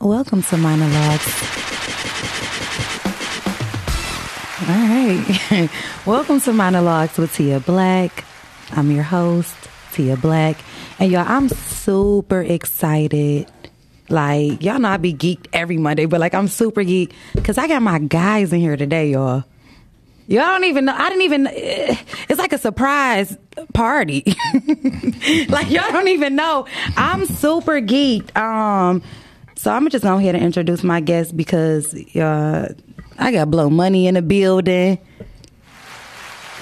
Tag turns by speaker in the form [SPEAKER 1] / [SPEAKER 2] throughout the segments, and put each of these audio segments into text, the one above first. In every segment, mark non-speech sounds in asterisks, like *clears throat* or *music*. [SPEAKER 1] Welcome to Monologues. All right. *laughs* Welcome to Monologues with Tia Black. I'm your host, Tia Black. And y'all, I'm super excited. Like, y'all know I be geeked every Monday, but like, I'm super geeked because I got my guys in here today, y'all. Y'all don't even know. I didn't even. eh, It's like a surprise party. *laughs* like y'all don't even know. I'm super geeked. Um, so I'm just gonna go ahead and introduce my guest because uh, I got blow money in the building.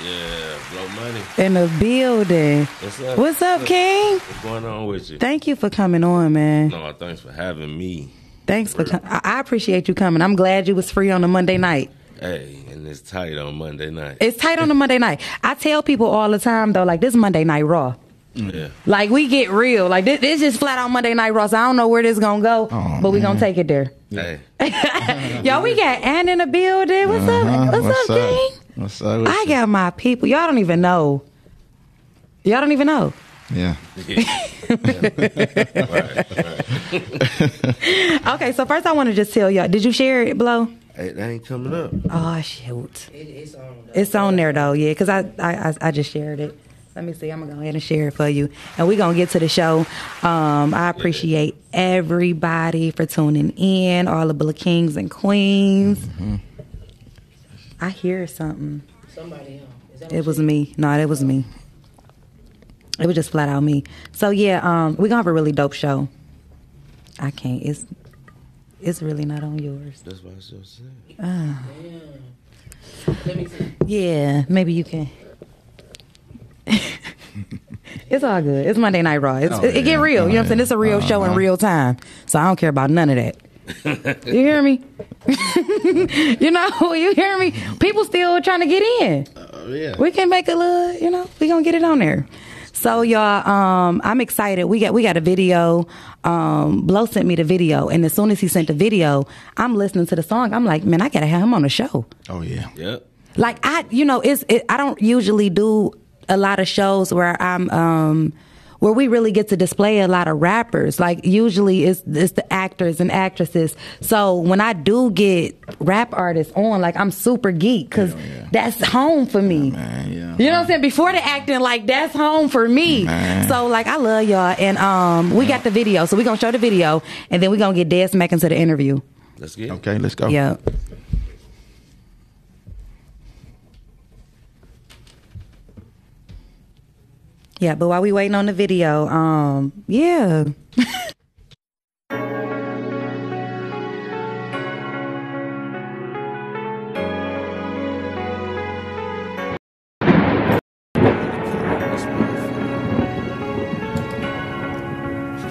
[SPEAKER 2] Yeah, blow money.
[SPEAKER 1] In the building.
[SPEAKER 2] What's up?
[SPEAKER 1] What's up, King?
[SPEAKER 2] What's going on with you?
[SPEAKER 1] Thank you for coming on, man.
[SPEAKER 2] No, thanks for having me.
[SPEAKER 1] Thanks for
[SPEAKER 2] Word.
[SPEAKER 1] coming. I I appreciate you coming. I'm glad you was free on a Monday night.
[SPEAKER 2] Hey, and it's tight on Monday night.
[SPEAKER 1] It's tight on a Monday night. I tell people all the time though, like this Monday night raw.
[SPEAKER 2] yeah.
[SPEAKER 1] Like we get real. Like this, this is flat out Monday Night Raw. So I don't know where this gonna go, but we gonna take it there. *laughs*
[SPEAKER 2] Hey,
[SPEAKER 1] Y'all, we got Ann in the building. What's
[SPEAKER 3] Uh-huh.
[SPEAKER 1] up? What's, up, King?
[SPEAKER 3] What's up? with
[SPEAKER 1] I
[SPEAKER 3] you?
[SPEAKER 1] got my people. Y'all don't even know. Y'all don't even know.
[SPEAKER 3] Yeah.
[SPEAKER 1] *laughs* Okay, so first I want to just tell y'all. Did you share it, Blow?
[SPEAKER 2] it ain't coming up.
[SPEAKER 1] Oh shoot, it's on there though. Yeah, because I, I I I just shared it. Let me see. I'm gonna go ahead and share it for you, and we're gonna get to the show. Um, I appreciate everybody for tuning in, all the Bla Kings and Queens. I hear something.
[SPEAKER 4] Somebody else. Is that
[SPEAKER 1] It was me. No, it was me. It was just flat out me. So yeah, um, we're gonna have a really dope show. I can't. It's it's really not on yours.
[SPEAKER 2] That's what I was just saying.
[SPEAKER 4] Let me see.
[SPEAKER 1] Yeah, maybe you can. *laughs* it's all good. It's Monday Night Raw. It's,
[SPEAKER 3] Oh,
[SPEAKER 1] it, it get
[SPEAKER 3] yeah.
[SPEAKER 1] real. You know what I'm saying?
[SPEAKER 3] Yeah. Uh-huh.
[SPEAKER 1] It's a real show in real time. So I don't care about none of that.
[SPEAKER 3] *laughs*
[SPEAKER 1] you hear me? *laughs* you know, *laughs* you hear me? People still trying to get in.
[SPEAKER 2] Oh, yeah.
[SPEAKER 1] We can make a little, you know, we gonna get it on there. So y'all, um, I'm excited. We got we got a video. Um, Blow sent me the video, and as soon as he sent the video, I'm listening to the song. I'm like, man, I gotta have him on the show
[SPEAKER 3] Oh yeah.
[SPEAKER 2] Yep.
[SPEAKER 1] like I, you know, it's it, I don't usually do a lot of shows where I'm um where we really get to display a lot of rappers. Like usually it's it's the actors and actresses. So when I do get rap artists on, like I'm super geek because
[SPEAKER 3] Hell yeah.
[SPEAKER 1] that's home for me.
[SPEAKER 3] Man, yeah.
[SPEAKER 1] You know what I'm saying? Before the acting, like that's home for me.
[SPEAKER 3] Man.
[SPEAKER 1] So like I love y'all, and um we got the video, so we gonna show the video, and then we gonna get dead smack into the interview.
[SPEAKER 2] Let's get it.
[SPEAKER 3] Okay, let's go.
[SPEAKER 1] Yeah. Yeah, but while we waiting on the video, um, yeah.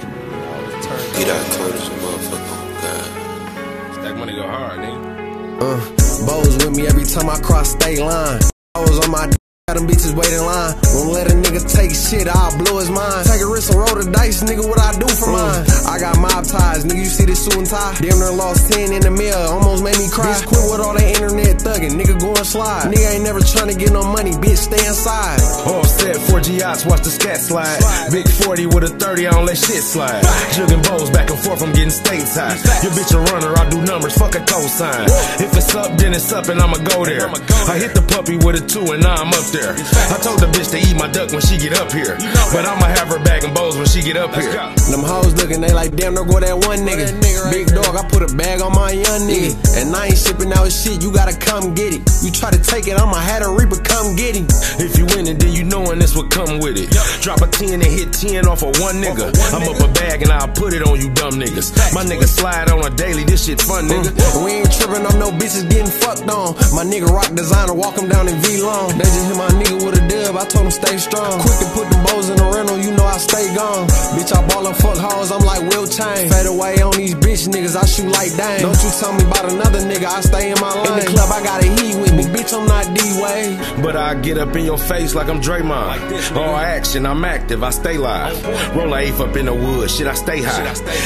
[SPEAKER 5] Get out cold as a motherfucker, God.
[SPEAKER 2] Stack money go hard, nigga.
[SPEAKER 6] Uh, bows with me every time I cross state line. I was on my d- got them bitches waiting line. Won't let a nigga take shit, I'll blow his mind. Take a risk and roll the dice, nigga, what I do for mine. I got mob ties, nigga, you see this suit and tie. Damn near lost 10 in the mill, almost made me cry. Bitch, quit with all that internet thugging, nigga, go and slide. Nigga ain't never trying to get no money, bitch, stay inside.
[SPEAKER 7] Offset, 4G yachts, watch the scat slide. Big 40 with a 30, I don't let shit slide. Jugging bows back and forth, I'm getting stateside. Your bitch a runner, I do numbers, fuck a cosign. If it's up, then it's up, and I'ma go there. I hit the puppy with a two, and now I'm up there. I told the bitch to eat my duck when she get up here. But I'ma have her back in bows when she get up here.
[SPEAKER 6] Them hoes looking, they like, damn, there go that one nigga. Big dog, I put a bag on my young nigga. And I ain't shipping out shit, you gotta come get it. You try to take it, I'ma have a reaper come get him.
[SPEAKER 7] If you in it, then you knowin' this would come with it. Drop a 10 and hit 10 off of one nigga. I'm up a bag and I'll put it on you dumb niggas. My nigga slide on a daily, this shit fun, nigga.
[SPEAKER 6] We ain't tripping on no bitches getting fucked on. My nigga rock designer, walk him down in V long. They just hit my nigga with a dub, I told him stay strong. Quick to put them bows in the rental, you know I stay gone. Bitch, I ball and fuck hoes, I'm like Will Chain. Fade away on these bitch niggas, I shoot like dang. Don't you tell me about another nigga, I stay in my lane. In the club, I got a they heat with me. Bitch, I'm not D-Way.
[SPEAKER 7] But I get up in your face like I'm Draymond. All action, I'm active, I stay live. Roll a eighth up in the woods, shit, I stay high.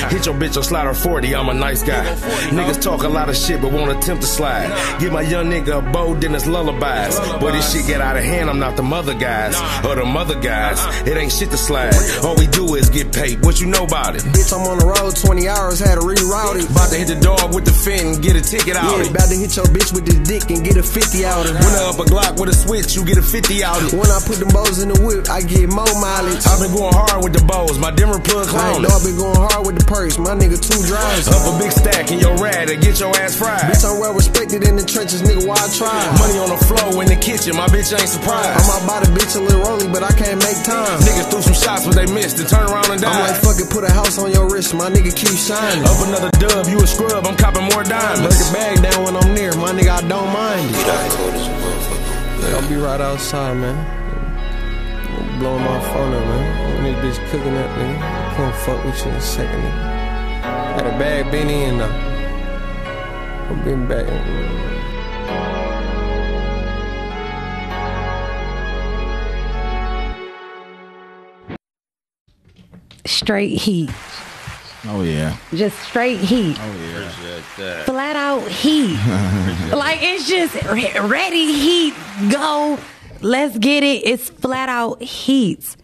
[SPEAKER 7] Hit your bitch or slide her 40, I'm a nice guy. Niggas talk a lot of shit but won't attempt to slide. Give my young nigga a bow, then it's lullabies. But this shit get out of hand, I'm not the mother guys. Or the mother guys, it ain't shit to slide. All we do is get paid, what you know about it?
[SPEAKER 6] Bitch, I'm on the road 20 hours, had to reroute it.
[SPEAKER 7] About to hit the dog with the fin and get a ticket out.
[SPEAKER 6] Yeah,
[SPEAKER 7] it.
[SPEAKER 6] about to hit your bitch with the dick and get a 50 out of
[SPEAKER 7] When uh, I up a Glock with a switch, you get a 50 out. it.
[SPEAKER 6] When I put them bows in the whip, I get more mileage.
[SPEAKER 7] I've been going hard with the bows, my dimmer plug
[SPEAKER 6] I
[SPEAKER 7] clone.
[SPEAKER 6] know I've been going hard with the purse, my nigga too drives.
[SPEAKER 7] Up a big stack in your rad and get your ass fried.
[SPEAKER 6] Bitch, I'm well respected in the trenches, nigga, why I try?
[SPEAKER 7] Money on the floor in the kitchen, my bitch ain't
[SPEAKER 6] I'm
[SPEAKER 7] surprised.
[SPEAKER 6] out by the bitch a little rolly, but I can't make time.
[SPEAKER 7] Niggas threw some shots, but they missed and turn around and
[SPEAKER 6] I'm like,
[SPEAKER 7] died.
[SPEAKER 6] fuck it, put a house on your wrist, my nigga keep shining.
[SPEAKER 7] Up another dub, you a scrub, I'm copping more
[SPEAKER 6] Break the
[SPEAKER 7] diamonds.
[SPEAKER 6] bag down when I'm near, my nigga, I don't mind it.
[SPEAKER 5] Get out cold as a motherfucker. Yeah.
[SPEAKER 6] I'll be right outside, man. I'm blowing my phone up, man. When this bitch cooking up, nigga, I come fuck with you in a second, nigga. Got a bag beanie in though. I'm been back.
[SPEAKER 1] Straight heat.
[SPEAKER 3] Oh yeah. Oh,
[SPEAKER 1] Just straight heat.
[SPEAKER 2] Appreciate that.
[SPEAKER 1] Flat out heat. like it's just re- ready heat. Go. Let's get it. It's flat out heat.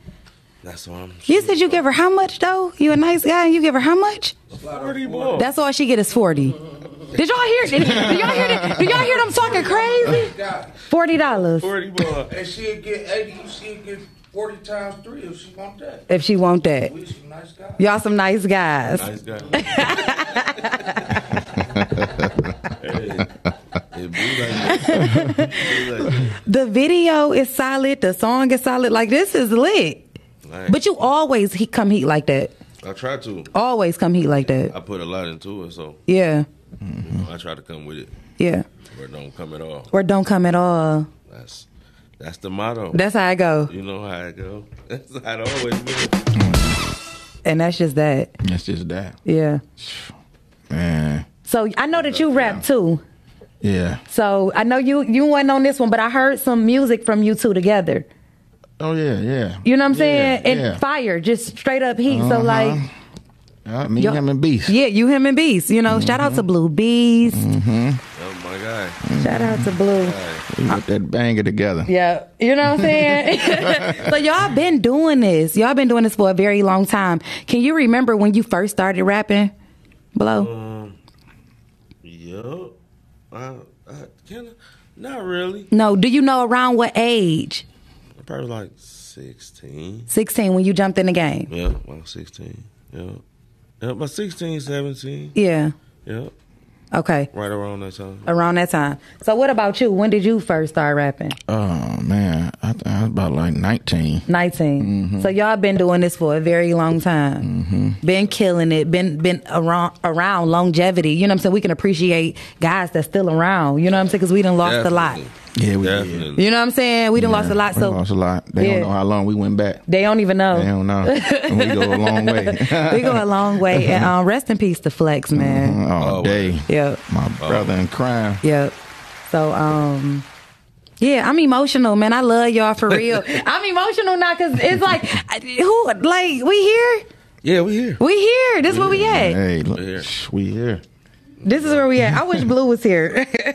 [SPEAKER 2] That's what I'm.
[SPEAKER 1] You said you give her how much though? You a nice guy. You give her how much?
[SPEAKER 2] Pretty boy.
[SPEAKER 1] That's all she get is forty. Did y'all hear? Did, did y'all hear? that- Did y'all hear them talking crazy? Forty dollars
[SPEAKER 2] Pretty boy.
[SPEAKER 4] And she'll get 80, she'll get 40 times 3 if she want that.
[SPEAKER 1] if she want that.
[SPEAKER 4] We some nice guys.
[SPEAKER 1] Y'all some nice guys. *laughs*
[SPEAKER 2] Nice guy. hey, it be like that. It be like that.
[SPEAKER 1] The video is solid. The song is solid. Like this is lit.
[SPEAKER 2] Like,
[SPEAKER 1] But you always he come heat like that.
[SPEAKER 2] I try to.
[SPEAKER 1] Always come heat like that.
[SPEAKER 2] I put a lot into it, so
[SPEAKER 1] Yeah,
[SPEAKER 2] you know, I try to come with it
[SPEAKER 1] yeah.
[SPEAKER 2] or don't come at all.
[SPEAKER 1] Or don't come at all.
[SPEAKER 2] That's that's the motto.
[SPEAKER 1] That's how I go.
[SPEAKER 2] you know how it go. *laughs* That's how it always been.
[SPEAKER 1] And that's just that.
[SPEAKER 3] *laughs* That's just that.
[SPEAKER 1] Yeah.
[SPEAKER 3] Man.
[SPEAKER 1] So I know that you rap too.
[SPEAKER 3] Yeah.
[SPEAKER 1] So I know you you wasn't on this one, but I heard some music from you two together.
[SPEAKER 3] Oh yeah, yeah.
[SPEAKER 1] You know what I'm saying?
[SPEAKER 3] Yeah,
[SPEAKER 1] and
[SPEAKER 3] yeah. Uh-huh.
[SPEAKER 1] fire, just straight up heat. So like
[SPEAKER 3] Uh, me,
[SPEAKER 1] Yo-
[SPEAKER 3] him, and Beast.
[SPEAKER 1] Yeah, you him and Beast. You know, shout
[SPEAKER 3] Mm-hmm.
[SPEAKER 1] out to Blue Beast.
[SPEAKER 2] Oh my god.
[SPEAKER 1] Shout out to Blue.
[SPEAKER 3] We put that banger together.
[SPEAKER 1] Yeah, you know what I'm saying? *laughs*
[SPEAKER 3] *laughs*
[SPEAKER 1] so y'all been doing this. Y'all been doing this for a very long time. Can you remember when you first started rapping? Blow.
[SPEAKER 2] Yup. I, I can I, not really.
[SPEAKER 1] No, do you know around what age?
[SPEAKER 2] Probably like sixteen.
[SPEAKER 1] 16 when you jumped in the game.
[SPEAKER 2] Yeah, about sixteen. Yeah. Yeah, about 16, 17.
[SPEAKER 1] Yeah.
[SPEAKER 2] Yeah,
[SPEAKER 1] Okay.
[SPEAKER 2] right around that time.
[SPEAKER 1] Around that time. So what about you? When did you first start rapping?
[SPEAKER 3] Oh man, I, th- I was about like nineteen.
[SPEAKER 1] 19.
[SPEAKER 3] Mm-hmm.
[SPEAKER 1] So y'all been doing this for a very long time. Been killing it. Been been around around longevity. You know what I'm saying? We can appreciate guys that's still around. You know what I'm saying? Because we done lost a lot.
[SPEAKER 2] Definitely.
[SPEAKER 3] Yeah, we did.
[SPEAKER 2] Definitely.
[SPEAKER 1] You know what I'm saying? We done lost a lot.
[SPEAKER 3] We
[SPEAKER 1] So
[SPEAKER 3] lost a lot. They
[SPEAKER 1] Yeah. Oh.
[SPEAKER 3] don't know how long we went back.
[SPEAKER 1] they don't even know.
[SPEAKER 3] They
[SPEAKER 1] *laughs*
[SPEAKER 3] don't know. we go a long way. *laughs*
[SPEAKER 1] we go a long way. And um, rest in peace to Flex,
[SPEAKER 3] Mm-hmm.
[SPEAKER 1] man.
[SPEAKER 3] All
[SPEAKER 2] Oh,
[SPEAKER 3] day.
[SPEAKER 1] Yep.
[SPEAKER 3] My brother in crime.
[SPEAKER 1] Yep. So, um, yeah, I'm emotional, man. I love y'all for
[SPEAKER 3] *laughs*
[SPEAKER 1] real. I'm emotional now because it's like, I- who, like, we here?
[SPEAKER 2] Yeah, we here.
[SPEAKER 1] We here. This where we at.
[SPEAKER 3] Hey, look,
[SPEAKER 2] We're here.
[SPEAKER 3] shh, we here.
[SPEAKER 1] This is where we at. I
[SPEAKER 2] *laughs*
[SPEAKER 1] wish Blue was here. *laughs*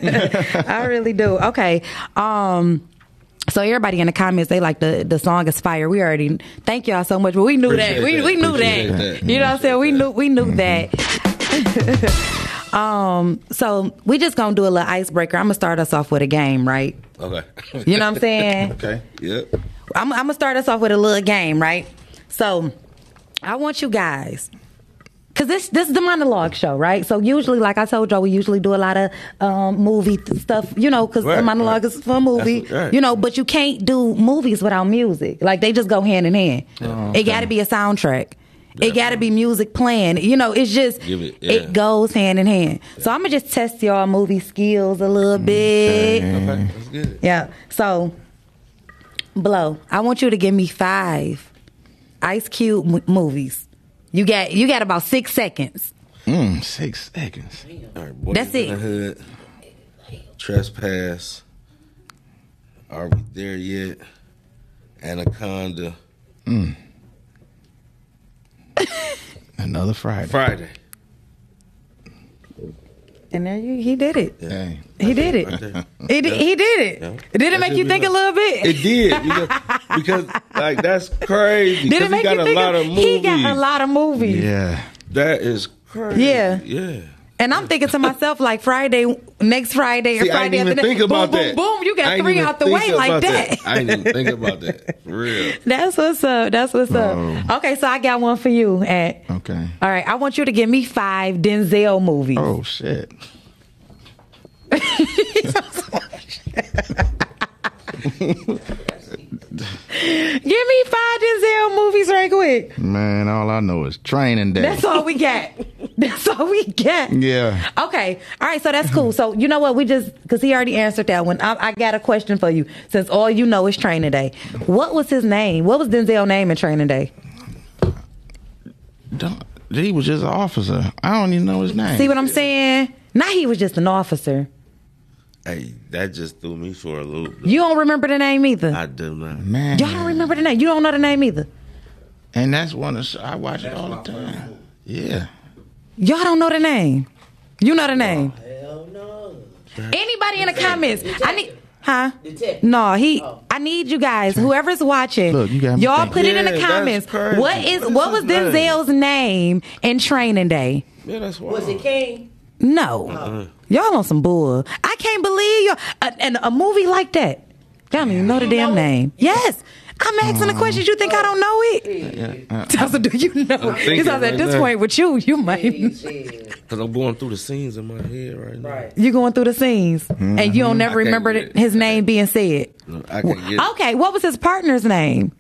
[SPEAKER 1] I really do. Okay. Um so everybody in the comments, they like the the song is fire. We already thank y'all so much, but we knew that.
[SPEAKER 2] Appreciate
[SPEAKER 1] We
[SPEAKER 2] that.
[SPEAKER 1] we knew that.
[SPEAKER 2] Appreciate that. Mm-hmm.
[SPEAKER 1] You know what I'm saying? We knew we knew that. *laughs* um so we just gonna do a little icebreaker. I'm gonna start us off with a game, right?
[SPEAKER 2] Okay.
[SPEAKER 1] *laughs* You know what I'm
[SPEAKER 2] *laughs*
[SPEAKER 1] saying?
[SPEAKER 3] Okay.
[SPEAKER 2] Yep.
[SPEAKER 1] I'm, I'm gonna start us off with a little game, right? So I want you guys. Cause this this is the monologue show, right? So usually, like I told y'all, we usually do a lot of um, movie th- stuff, you know, because the
[SPEAKER 2] Right,
[SPEAKER 1] monologue
[SPEAKER 2] right.
[SPEAKER 1] is for a movie,
[SPEAKER 2] That's- right.
[SPEAKER 1] you know. But you can't do movies without music; like they just go hand in hand. It got to be a soundtrack. It got to be music playing. You know, it's just
[SPEAKER 2] Give it- yeah.
[SPEAKER 1] goes hand in hand. So I'm gonna just test y'all movie skills a little bit.
[SPEAKER 3] Mm-hmm.
[SPEAKER 2] Okay, let's get it.
[SPEAKER 1] Yeah. So, blow. I want you to give me five Ice Cube m- movies. You got you got about six seconds.
[SPEAKER 3] Mm, six seconds.
[SPEAKER 2] All right, boy,
[SPEAKER 1] That's
[SPEAKER 2] in the
[SPEAKER 1] it.
[SPEAKER 2] hood. Trespass. Are we there yet? Anaconda.
[SPEAKER 3] Another
[SPEAKER 2] *laughs*
[SPEAKER 3] Friday.
[SPEAKER 2] Friday.
[SPEAKER 1] And there you, he did it.
[SPEAKER 3] Dang.
[SPEAKER 1] He did it.
[SPEAKER 2] there.
[SPEAKER 1] He did, he did it.
[SPEAKER 2] Yeah.
[SPEAKER 1] Did it
[SPEAKER 2] That
[SPEAKER 1] make
[SPEAKER 2] should
[SPEAKER 1] you
[SPEAKER 2] be
[SPEAKER 1] think a
[SPEAKER 2] nice.
[SPEAKER 1] little bit?
[SPEAKER 2] It did because, because like that's crazy.
[SPEAKER 1] did
[SPEAKER 2] 'cause
[SPEAKER 1] it make
[SPEAKER 2] he got
[SPEAKER 1] you
[SPEAKER 2] a
[SPEAKER 1] think
[SPEAKER 2] lot of movies.
[SPEAKER 1] He got a lot of movies.
[SPEAKER 3] Yeah.
[SPEAKER 2] That is crazy.
[SPEAKER 1] Yeah.
[SPEAKER 2] yeah.
[SPEAKER 1] And I'm thinking to myself, like Friday, next Friday or
[SPEAKER 2] See, I
[SPEAKER 1] Friday
[SPEAKER 2] didn't even
[SPEAKER 1] after
[SPEAKER 2] think
[SPEAKER 1] that,
[SPEAKER 2] about
[SPEAKER 1] boom,
[SPEAKER 2] that.
[SPEAKER 1] boom, boom, you
[SPEAKER 2] I
[SPEAKER 1] got
[SPEAKER 2] ain't
[SPEAKER 1] three
[SPEAKER 2] even
[SPEAKER 1] out the
[SPEAKER 2] think
[SPEAKER 1] way like
[SPEAKER 2] about
[SPEAKER 1] that. *laughs*
[SPEAKER 2] I didn't even think about that. For real.
[SPEAKER 1] That's what's up. That's what's up. Okay, so I got one for you. At
[SPEAKER 3] Okay.
[SPEAKER 1] all right, I want you to give me five Denzel movies.
[SPEAKER 3] Oh shit.
[SPEAKER 1] Give me five Denzel movies right quick.
[SPEAKER 3] Man, all I know is training day.
[SPEAKER 1] That's all we got.
[SPEAKER 3] *laughs*
[SPEAKER 1] that's all we got.
[SPEAKER 3] yeah.
[SPEAKER 1] Okay. All right. So that's cool. So you know what? We just because he already answered that one. I, I got a question for you. Since all you know is Training Day, what was his name? What was Denzel's name in Training Day?
[SPEAKER 3] Don't, he was just an officer. I don't even know his name.
[SPEAKER 1] See what I'm saying? Not he was just an officer.
[SPEAKER 2] Hey, that just threw me for a loop.
[SPEAKER 1] *laughs* You don't remember the name either.
[SPEAKER 2] I do not.
[SPEAKER 3] Man.
[SPEAKER 1] Y'all don't remember the name. You don't know the name either.
[SPEAKER 3] And that's one of I watch it all the time. Yeah.
[SPEAKER 1] Y'all don't know the name. You know the name. Anybody in the comments? I need. Huh?
[SPEAKER 8] Detective.
[SPEAKER 1] No, he. I need you guys. Whoever's watching,
[SPEAKER 3] Look, you got me
[SPEAKER 1] all
[SPEAKER 3] thinking.
[SPEAKER 1] put it in the
[SPEAKER 2] Yeah, that's
[SPEAKER 1] comments.
[SPEAKER 2] crazy.
[SPEAKER 1] What is
[SPEAKER 2] What is
[SPEAKER 1] what was
[SPEAKER 2] his name?
[SPEAKER 1] Denzel's name in Training Day?
[SPEAKER 2] Yeah, that's why.
[SPEAKER 8] Was
[SPEAKER 1] *laughs*
[SPEAKER 8] it King?
[SPEAKER 1] No,
[SPEAKER 2] Uh-huh.
[SPEAKER 1] y'all on some bull. I can't believe you. all And a movie like that, y'all don't even know the damn
[SPEAKER 8] know it?
[SPEAKER 1] name. Yes, I'm asking the questions. You think I don't know it?
[SPEAKER 3] Uh,
[SPEAKER 1] Tessa, do you know?
[SPEAKER 2] Uh-huh. thinking
[SPEAKER 1] Because at
[SPEAKER 2] right
[SPEAKER 1] this
[SPEAKER 2] now.
[SPEAKER 1] point with you, you
[SPEAKER 8] He
[SPEAKER 1] might
[SPEAKER 8] said,
[SPEAKER 2] Because I'm going through the scenes in my head right now.
[SPEAKER 8] right.
[SPEAKER 1] you going through the scenes and you don't never
[SPEAKER 2] Mm-hmm. I can't
[SPEAKER 1] remember
[SPEAKER 2] get it.
[SPEAKER 1] his name being said.
[SPEAKER 2] No, I can get it.
[SPEAKER 1] Okay, what was his partner's name?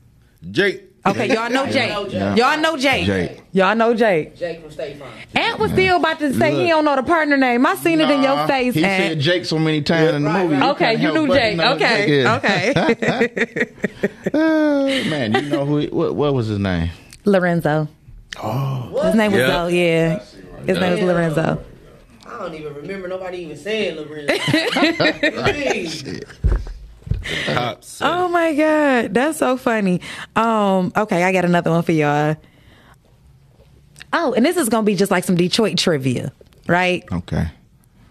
[SPEAKER 2] Jake.
[SPEAKER 1] Okay, y'all know Jake.
[SPEAKER 8] know Jake.
[SPEAKER 1] Y'all know Jake.
[SPEAKER 3] Jake.
[SPEAKER 1] Y'all know Jake.
[SPEAKER 8] Jake from State Farm.
[SPEAKER 1] Aunt was still about to say he don't know the partner name. I seen it in your
[SPEAKER 3] Nah,
[SPEAKER 1] face.
[SPEAKER 3] He
[SPEAKER 1] Aunt.
[SPEAKER 3] said Jake so many times in the
[SPEAKER 8] right,
[SPEAKER 3] movie.
[SPEAKER 8] right.
[SPEAKER 1] okay,
[SPEAKER 3] can't
[SPEAKER 1] you
[SPEAKER 3] help
[SPEAKER 1] knew
[SPEAKER 3] but
[SPEAKER 1] Jake.
[SPEAKER 3] know
[SPEAKER 1] Okay,
[SPEAKER 3] Jake is.
[SPEAKER 1] okay. *laughs*
[SPEAKER 3] Uh, *laughs* man, you know who? He, what, what was his name?
[SPEAKER 1] Lorenzo. Oh, his name was
[SPEAKER 2] Yeah.
[SPEAKER 1] Zoe. Yeah, his name was
[SPEAKER 8] Yeah.
[SPEAKER 1] Lorenzo.
[SPEAKER 8] I don't even remember nobody even
[SPEAKER 1] *laughs*
[SPEAKER 8] saying Lorenzo. Jeez.
[SPEAKER 2] Pops.
[SPEAKER 1] Oh my god, that's so funny. Um, okay, I got another one for y'all. Oh, and this is gonna be just like some Detroit trivia, right?
[SPEAKER 3] Okay.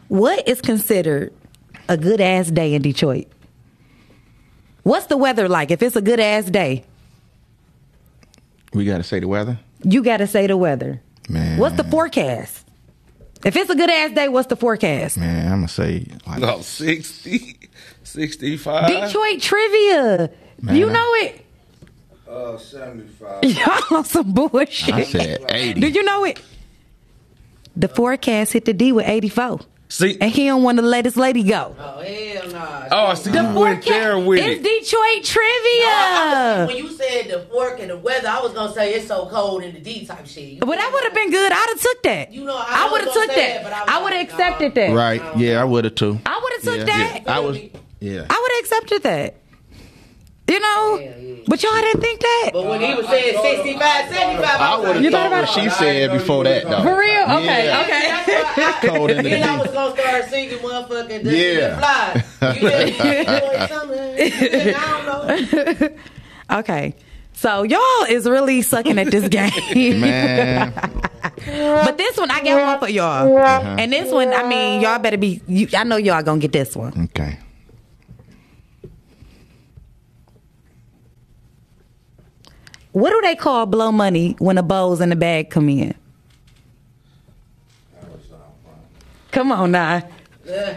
[SPEAKER 1] What is considered a good ass day in Detroit? What's the weather like? If it's a good ass day,
[SPEAKER 3] We got to say the weather.
[SPEAKER 1] you gotta say the weather.
[SPEAKER 3] Man.
[SPEAKER 1] What's the forecast? If it's a good ass day, what's the forecast?
[SPEAKER 3] Man, I'm going to say like
[SPEAKER 2] No, 60, 65.
[SPEAKER 1] Detroit trivia. You
[SPEAKER 3] Man.
[SPEAKER 1] know it.
[SPEAKER 4] Uh,
[SPEAKER 1] *laughs*
[SPEAKER 4] seventy-five.
[SPEAKER 1] Y'all on some bullshit.
[SPEAKER 3] I said 80.
[SPEAKER 1] Do you know it? The forecast hit the D with 84.
[SPEAKER 2] See,
[SPEAKER 1] And he don't want to let his lady go.
[SPEAKER 8] Oh, hell nah.
[SPEAKER 2] oh, see, you went
[SPEAKER 1] Forecast-
[SPEAKER 2] there with
[SPEAKER 1] it's
[SPEAKER 2] it.
[SPEAKER 1] Detroit
[SPEAKER 8] I
[SPEAKER 1] trivia.
[SPEAKER 8] was- when you said the fork and the weather, I was gonna say it's so cold in the D type shit. You
[SPEAKER 1] but that would have been good. I'd have took that.
[SPEAKER 8] You know, I
[SPEAKER 1] would have
[SPEAKER 8] was gonna
[SPEAKER 1] took
[SPEAKER 8] say
[SPEAKER 1] that.
[SPEAKER 8] that, but I was
[SPEAKER 1] I would have
[SPEAKER 8] like,
[SPEAKER 1] accepted that.
[SPEAKER 3] Right. Yeah, I would have too.
[SPEAKER 1] I would have took
[SPEAKER 3] yeah.
[SPEAKER 1] that.
[SPEAKER 3] Yeah. I was. Yeah.
[SPEAKER 1] I would have accepted that. You know?
[SPEAKER 8] Oh, Yeah, yeah.
[SPEAKER 1] But y'all didn't think that.
[SPEAKER 8] But when he was saying 65, 75,
[SPEAKER 3] I
[SPEAKER 8] I
[SPEAKER 3] would
[SPEAKER 8] was
[SPEAKER 3] have thought
[SPEAKER 8] like,
[SPEAKER 1] thought
[SPEAKER 3] what
[SPEAKER 1] about
[SPEAKER 3] she
[SPEAKER 4] it?
[SPEAKER 3] said before that, though.
[SPEAKER 1] For real? Okay,
[SPEAKER 3] Yeah.
[SPEAKER 1] okay.
[SPEAKER 8] *laughs* That's why I-
[SPEAKER 1] *laughs*
[SPEAKER 3] Cold in the
[SPEAKER 8] Then I
[SPEAKER 3] D.
[SPEAKER 8] was gonna start singing motherfucking Just
[SPEAKER 3] Yeah.
[SPEAKER 8] yeah.
[SPEAKER 2] *laughs*
[SPEAKER 8] Fly. You know, Boy, summer, I don't know.
[SPEAKER 1] Okay. So y'all is really sucking at this game.
[SPEAKER 3] *laughs* Man.
[SPEAKER 1] But this one, I got one for y'all. And this one, I mean, y'all better be. You, I know y'all gonna get this one.
[SPEAKER 3] Okay.
[SPEAKER 1] What do they call blow money when the bowls in the bag come in? Come on now.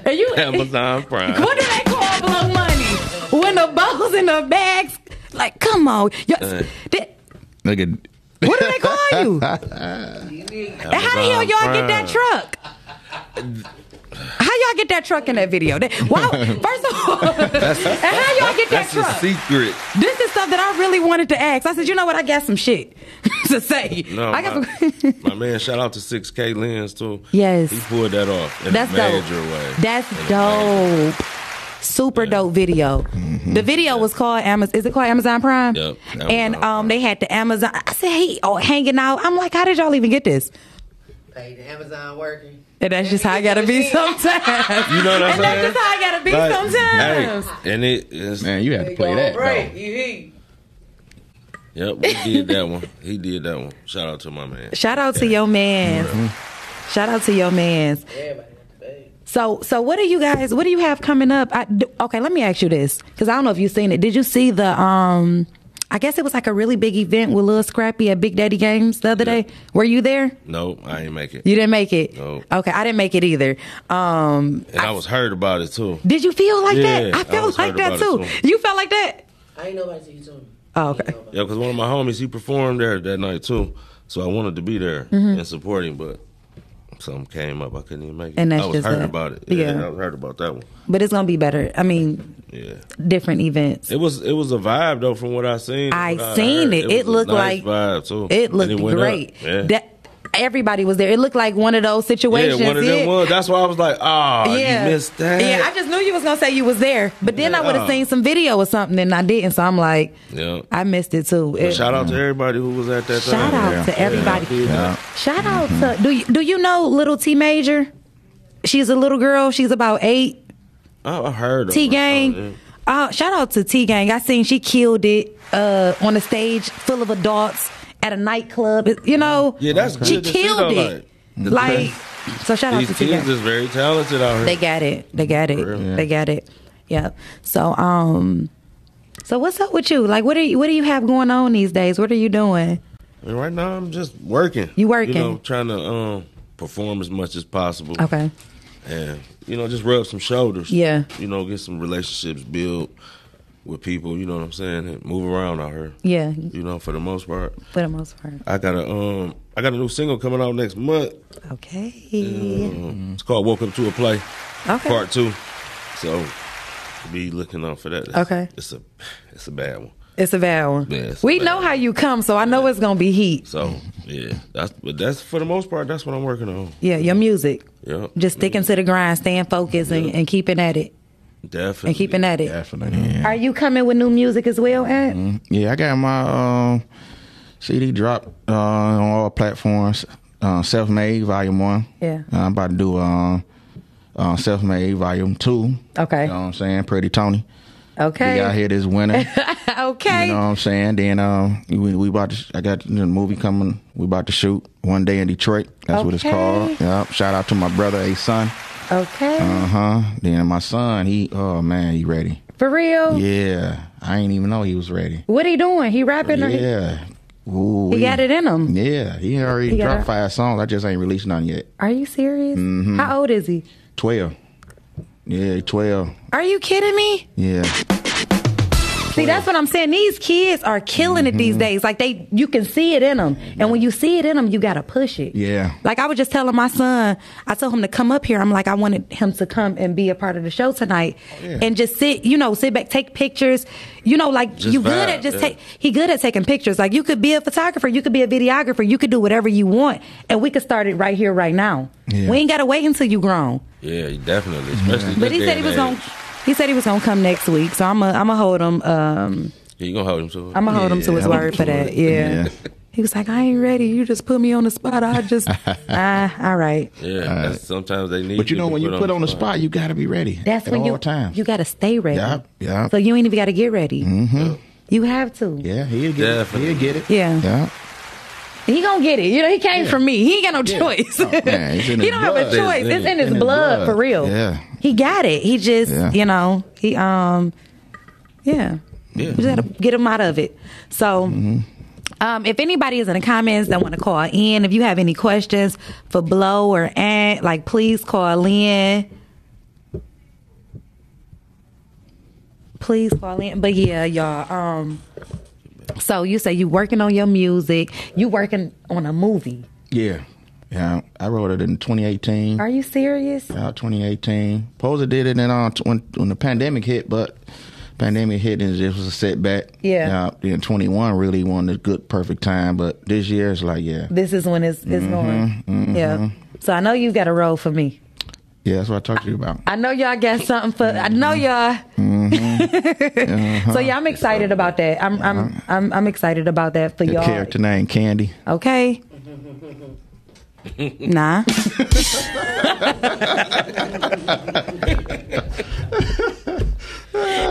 [SPEAKER 1] Are you?
[SPEAKER 2] Amazon Prime.
[SPEAKER 1] *laughs* What do they call blow money when the bowls in the bags? Like, come on. Y'all-
[SPEAKER 2] Uh.
[SPEAKER 1] that-
[SPEAKER 3] Look at.
[SPEAKER 1] what do they call
[SPEAKER 2] *laughs*
[SPEAKER 1] you? And how the hell
[SPEAKER 2] Amazon
[SPEAKER 1] y'all get that
[SPEAKER 2] Prime.
[SPEAKER 1] truck? How y'all get that truck in that video? That,
[SPEAKER 2] *laughs*
[SPEAKER 1] wow. First of all, *laughs* and how y'all get that
[SPEAKER 2] That's a
[SPEAKER 1] truck?
[SPEAKER 2] secret.
[SPEAKER 1] This is stuff that I really wanted to ask. I said, you know what? I got some shit *laughs* to say.
[SPEAKER 2] No,
[SPEAKER 1] I got
[SPEAKER 2] my, my man, shout out to 6K Lens, too.
[SPEAKER 1] Yes.
[SPEAKER 2] He pulled that off in
[SPEAKER 1] That's
[SPEAKER 2] a
[SPEAKER 1] dope.
[SPEAKER 2] major way.
[SPEAKER 1] *laughs* That's
[SPEAKER 2] In a
[SPEAKER 1] dope. Super dope video. The video was called Amazon. Is it called Amazon Prime?
[SPEAKER 2] Mm-hmm. Yep, Amazon
[SPEAKER 1] and um,
[SPEAKER 2] Prime.
[SPEAKER 1] they had the Amazon. I said, hey, oh, hanging out. I'm like, how did y'all even get this?
[SPEAKER 8] Paid the Amazon working.
[SPEAKER 1] And that's just how I
[SPEAKER 2] *laughs*
[SPEAKER 1] gotta be sometimes.
[SPEAKER 2] You know what I'm
[SPEAKER 1] and that's
[SPEAKER 2] saying?
[SPEAKER 1] just how I gotta be
[SPEAKER 2] Like,
[SPEAKER 1] sometimes.
[SPEAKER 2] Hey, and it is.
[SPEAKER 9] Man, you had to play that.
[SPEAKER 8] Break.
[SPEAKER 9] though.
[SPEAKER 8] You heat.
[SPEAKER 2] Yep, we did that one. He did that one. Shout out to my man.
[SPEAKER 1] Shout out to your mans.
[SPEAKER 2] Mm-hmm.
[SPEAKER 1] Shout out to your mans.
[SPEAKER 8] Everybody got the bag.
[SPEAKER 1] So, so what do you guys? What do you have coming up? I, do, okay, let me ask you this because I don't know if you've seen it. Did you see the? um I guess it was like a really big event with Lil Scrappy at Big Daddy Games the other day. Were you there?
[SPEAKER 2] No, I ain't make it.
[SPEAKER 1] You didn't make it.
[SPEAKER 2] No.
[SPEAKER 1] Okay, I didn't make it either. Um
[SPEAKER 2] And I was heard about it too.
[SPEAKER 1] Did you feel like that?
[SPEAKER 2] Yeah,
[SPEAKER 1] I
[SPEAKER 2] I
[SPEAKER 1] felt
[SPEAKER 2] was
[SPEAKER 1] like
[SPEAKER 2] heard
[SPEAKER 1] that
[SPEAKER 2] about
[SPEAKER 1] too.
[SPEAKER 2] it,
[SPEAKER 1] You felt like that.
[SPEAKER 8] I ain't nobody till you told me.
[SPEAKER 1] Oh, okay.
[SPEAKER 8] I ain't nobody.
[SPEAKER 2] Yeah, because one of my homies he performed there that night too, so I wanted to be there
[SPEAKER 1] Mm-hmm.
[SPEAKER 2] and support him, but something came up. I couldn't even make it.
[SPEAKER 1] And that's
[SPEAKER 2] I was
[SPEAKER 1] just
[SPEAKER 2] heard
[SPEAKER 1] a-
[SPEAKER 2] about it. Yeah,
[SPEAKER 1] yeah.
[SPEAKER 2] I was heard about that one.
[SPEAKER 1] But it's gonna be better. I mean,
[SPEAKER 2] Yeah,
[SPEAKER 1] different events.
[SPEAKER 2] it was it was a vibe though from what I seen.
[SPEAKER 1] I
[SPEAKER 2] what
[SPEAKER 1] seen
[SPEAKER 2] heard.
[SPEAKER 1] it.
[SPEAKER 2] was
[SPEAKER 1] It
[SPEAKER 2] a
[SPEAKER 1] looked
[SPEAKER 2] nice
[SPEAKER 1] like-
[SPEAKER 2] vibe too.
[SPEAKER 1] It
[SPEAKER 2] And
[SPEAKER 1] looked
[SPEAKER 2] went up.
[SPEAKER 1] great.
[SPEAKER 2] Yeah.
[SPEAKER 1] That everybody was there. It looked like one of those
[SPEAKER 2] yeah,
[SPEAKER 1] situations.
[SPEAKER 2] one of
[SPEAKER 1] yeah.
[SPEAKER 2] them was. That's why I was like, oh,
[SPEAKER 1] yeah.
[SPEAKER 2] you missed that.
[SPEAKER 1] Yeah, I just knew you was gonna say you was there, but then I would have
[SPEAKER 2] Yeah.
[SPEAKER 1] seen some video or something, and I didn't. So I'm like,
[SPEAKER 2] Yeah.
[SPEAKER 1] I missed it too. It-
[SPEAKER 2] But shout out to everybody who was at that.
[SPEAKER 1] shout
[SPEAKER 2] thing.
[SPEAKER 1] out
[SPEAKER 9] Yeah.
[SPEAKER 1] to everybody.
[SPEAKER 2] Yeah.
[SPEAKER 1] Shout out to do you, do you know little T Major? She's a little girl. She's about eight.
[SPEAKER 2] Oh, I I heard of
[SPEAKER 1] T
[SPEAKER 2] her.
[SPEAKER 1] Gang.
[SPEAKER 2] Oh, yeah.
[SPEAKER 1] Uh, shout out to T Gang. I seen she killed it uh, on a stage full of adults at a nightclub. It- You know,
[SPEAKER 2] Yeah, that's
[SPEAKER 1] she
[SPEAKER 2] good to see,
[SPEAKER 1] killed
[SPEAKER 2] though,
[SPEAKER 1] it. Like, so shout out to
[SPEAKER 2] These
[SPEAKER 1] T
[SPEAKER 2] kids
[SPEAKER 1] Gang.
[SPEAKER 2] is very talented out here.
[SPEAKER 1] They got it. They got it.
[SPEAKER 2] real.
[SPEAKER 1] They got it. Yeah. So um, so what's up with you? Like, what are you, what do you have going on these days? What are you doing?
[SPEAKER 2] And right now, I'm just working.
[SPEAKER 1] You working.
[SPEAKER 2] You know, trying to um perform as much as possible.
[SPEAKER 1] Okay.
[SPEAKER 2] And you know, just rub some shoulders.
[SPEAKER 1] Yeah.
[SPEAKER 2] You know, get some relationships built with people. You know what I'm saying? And move around out here.
[SPEAKER 1] Yeah.
[SPEAKER 2] You know, for the most part,
[SPEAKER 1] For the most part.
[SPEAKER 2] I got a um, I got a new single coming out next month.
[SPEAKER 1] Okay.
[SPEAKER 2] Um, It's called "Woke Up to a Play,"
[SPEAKER 1] Mm-hmm. Okay.
[SPEAKER 2] part two. So, be looking out for that. It's-
[SPEAKER 1] Okay.
[SPEAKER 2] It's a, it's a bad one.
[SPEAKER 1] It's a bad one.
[SPEAKER 2] Yeah, it's a
[SPEAKER 1] we
[SPEAKER 2] bad
[SPEAKER 1] know
[SPEAKER 2] one.
[SPEAKER 1] how you come, so I know it's gonna be heat.
[SPEAKER 2] So
[SPEAKER 1] Mm-hmm.
[SPEAKER 2] yeah, that's but that's for the most part. That's what I'm working on.
[SPEAKER 1] Yeah, your music.
[SPEAKER 2] Yeah.
[SPEAKER 1] Just sticking to the grind, staying focused, and, and keeping at it,
[SPEAKER 2] Definitely.
[SPEAKER 1] and keeping at it.
[SPEAKER 3] Definitely.
[SPEAKER 1] Are you coming with new music as well, Ed?
[SPEAKER 2] Mm-hmm.
[SPEAKER 3] Yeah, I got my um, CD dropped uh, on all platforms. Uh, Self Made Volume One.
[SPEAKER 1] Yeah.
[SPEAKER 3] Uh, I'm about to do uh, uh, Self Made Volume Two.
[SPEAKER 1] Okay.
[SPEAKER 3] You know what I'm saying? Pretty Tony. We got
[SPEAKER 1] Okay.
[SPEAKER 3] here this
[SPEAKER 1] *laughs*
[SPEAKER 3] winter.
[SPEAKER 1] Okay.
[SPEAKER 3] You know what I'm saying? Then um, we, we about to. I got the movie coming. We about to shoot one day in Detroit. That's what it's
[SPEAKER 1] Okay.
[SPEAKER 3] called. Yep. Shout out to my brother, a son.
[SPEAKER 1] Okay.
[SPEAKER 3] Uh huh. Then my son, he oh man, he ready.
[SPEAKER 1] For real?
[SPEAKER 3] Yeah, I ain't even know he was ready.
[SPEAKER 1] What he doing? He rapping or he,
[SPEAKER 3] Yeah. Ooh,
[SPEAKER 1] he got it in him?
[SPEAKER 3] Yeah, he already
[SPEAKER 1] He got
[SPEAKER 3] dropped
[SPEAKER 1] it.
[SPEAKER 3] five songs. I just ain't released none yet.
[SPEAKER 1] Are you serious? How old is he?
[SPEAKER 3] Twelve. Yeah, twelve.
[SPEAKER 1] Are you kidding me?
[SPEAKER 3] Yeah.
[SPEAKER 1] See, that's what I'm saying. These kids are killing it these days. Like they, you can see it in them, and when you see it in them, you gotta push it.
[SPEAKER 3] Yeah.
[SPEAKER 1] Like I was just telling my son, I told him to come up here. I'm like, I wanted him to come and be a part of the show tonight,
[SPEAKER 3] yeah.
[SPEAKER 1] and just sit, you know, sit back, take pictures. You know, like
[SPEAKER 2] Just
[SPEAKER 1] you good
[SPEAKER 2] vibe,
[SPEAKER 1] at just
[SPEAKER 2] yeah.
[SPEAKER 1] take. He good at taking pictures. Like you could be a photographer, you could be a videographer, you could do whatever you want, and we could start it right here, right now.
[SPEAKER 3] Yeah.
[SPEAKER 1] We ain't gotta wait until you grown.
[SPEAKER 2] Yeah, definitely. Especially
[SPEAKER 1] Mm-hmm. But he said he was gonna. He said he was gonna come next week, so I'm gonna I'm hold him. Um,
[SPEAKER 2] Yeah, you gonna hold him to it.
[SPEAKER 1] I'm gonna hold him to
[SPEAKER 3] Yeah,
[SPEAKER 1] his
[SPEAKER 3] hold him
[SPEAKER 1] word
[SPEAKER 3] to
[SPEAKER 1] for
[SPEAKER 3] it.
[SPEAKER 1] that. Yeah. *laughs*
[SPEAKER 3] Yeah.
[SPEAKER 1] He was like, I ain't ready. You just put me on the spot. I
[SPEAKER 3] *laughs*
[SPEAKER 1] just, ah, all right.
[SPEAKER 2] yeah, that's- sometimes they need.
[SPEAKER 3] But you know,
[SPEAKER 2] to
[SPEAKER 3] when you
[SPEAKER 2] be
[SPEAKER 3] put on the spot, you gotta be ready.
[SPEAKER 1] That's
[SPEAKER 3] at
[SPEAKER 1] when
[SPEAKER 3] all
[SPEAKER 1] you
[SPEAKER 3] time.
[SPEAKER 1] you gotta stay ready.
[SPEAKER 3] Yup, yup.
[SPEAKER 1] So you ain't even gotta get ready. You have to.
[SPEAKER 3] yeah, he'll get
[SPEAKER 2] Definitely.
[SPEAKER 3] it. He'll get it.
[SPEAKER 1] Yeah.
[SPEAKER 3] Yeah.
[SPEAKER 1] He gonna get it. You know, he came from me. He ain't got no choice.
[SPEAKER 3] Oh, man, it's in
[SPEAKER 1] *laughs* he
[SPEAKER 3] his
[SPEAKER 1] don't have a
[SPEAKER 3] blood.
[SPEAKER 1] choice. It's, in his,
[SPEAKER 3] his
[SPEAKER 1] blood,
[SPEAKER 3] blood.
[SPEAKER 1] for real.
[SPEAKER 3] Yeah.
[SPEAKER 1] He got it. He just,
[SPEAKER 3] Yeah.
[SPEAKER 1] you know, he um yeah. Yeah. You just gotta get him out of it. So Um, if anybody is in the comments that want to call in, if you have any questions for Blow or Ant, like please call in. Please call in. But yeah, y'all. Um, so you say you working on your music, you working on a movie.
[SPEAKER 3] Yeah. Yeah. I wrote it in 2018.
[SPEAKER 1] Are you serious?
[SPEAKER 3] About 2018. Poser did it, and uh, t- when when the pandemic hit, but pandemic hit and it was a setback.
[SPEAKER 1] Yeah.
[SPEAKER 3] Uh, then 21 really wasn't a good perfect time, but this year it's like yeah,
[SPEAKER 1] This is when it's, it's going. Yeah. So I know you got a role for me.
[SPEAKER 3] yeah. That's what I talked to you about.
[SPEAKER 1] I know y'all got something for. I know y'all. *laughs* so yeah, I'm excited about that. I'm I'm I'm, I'm excited about that for
[SPEAKER 3] The
[SPEAKER 1] y'all.
[SPEAKER 3] character named Candy.
[SPEAKER 1] Okay. Nah. *laughs*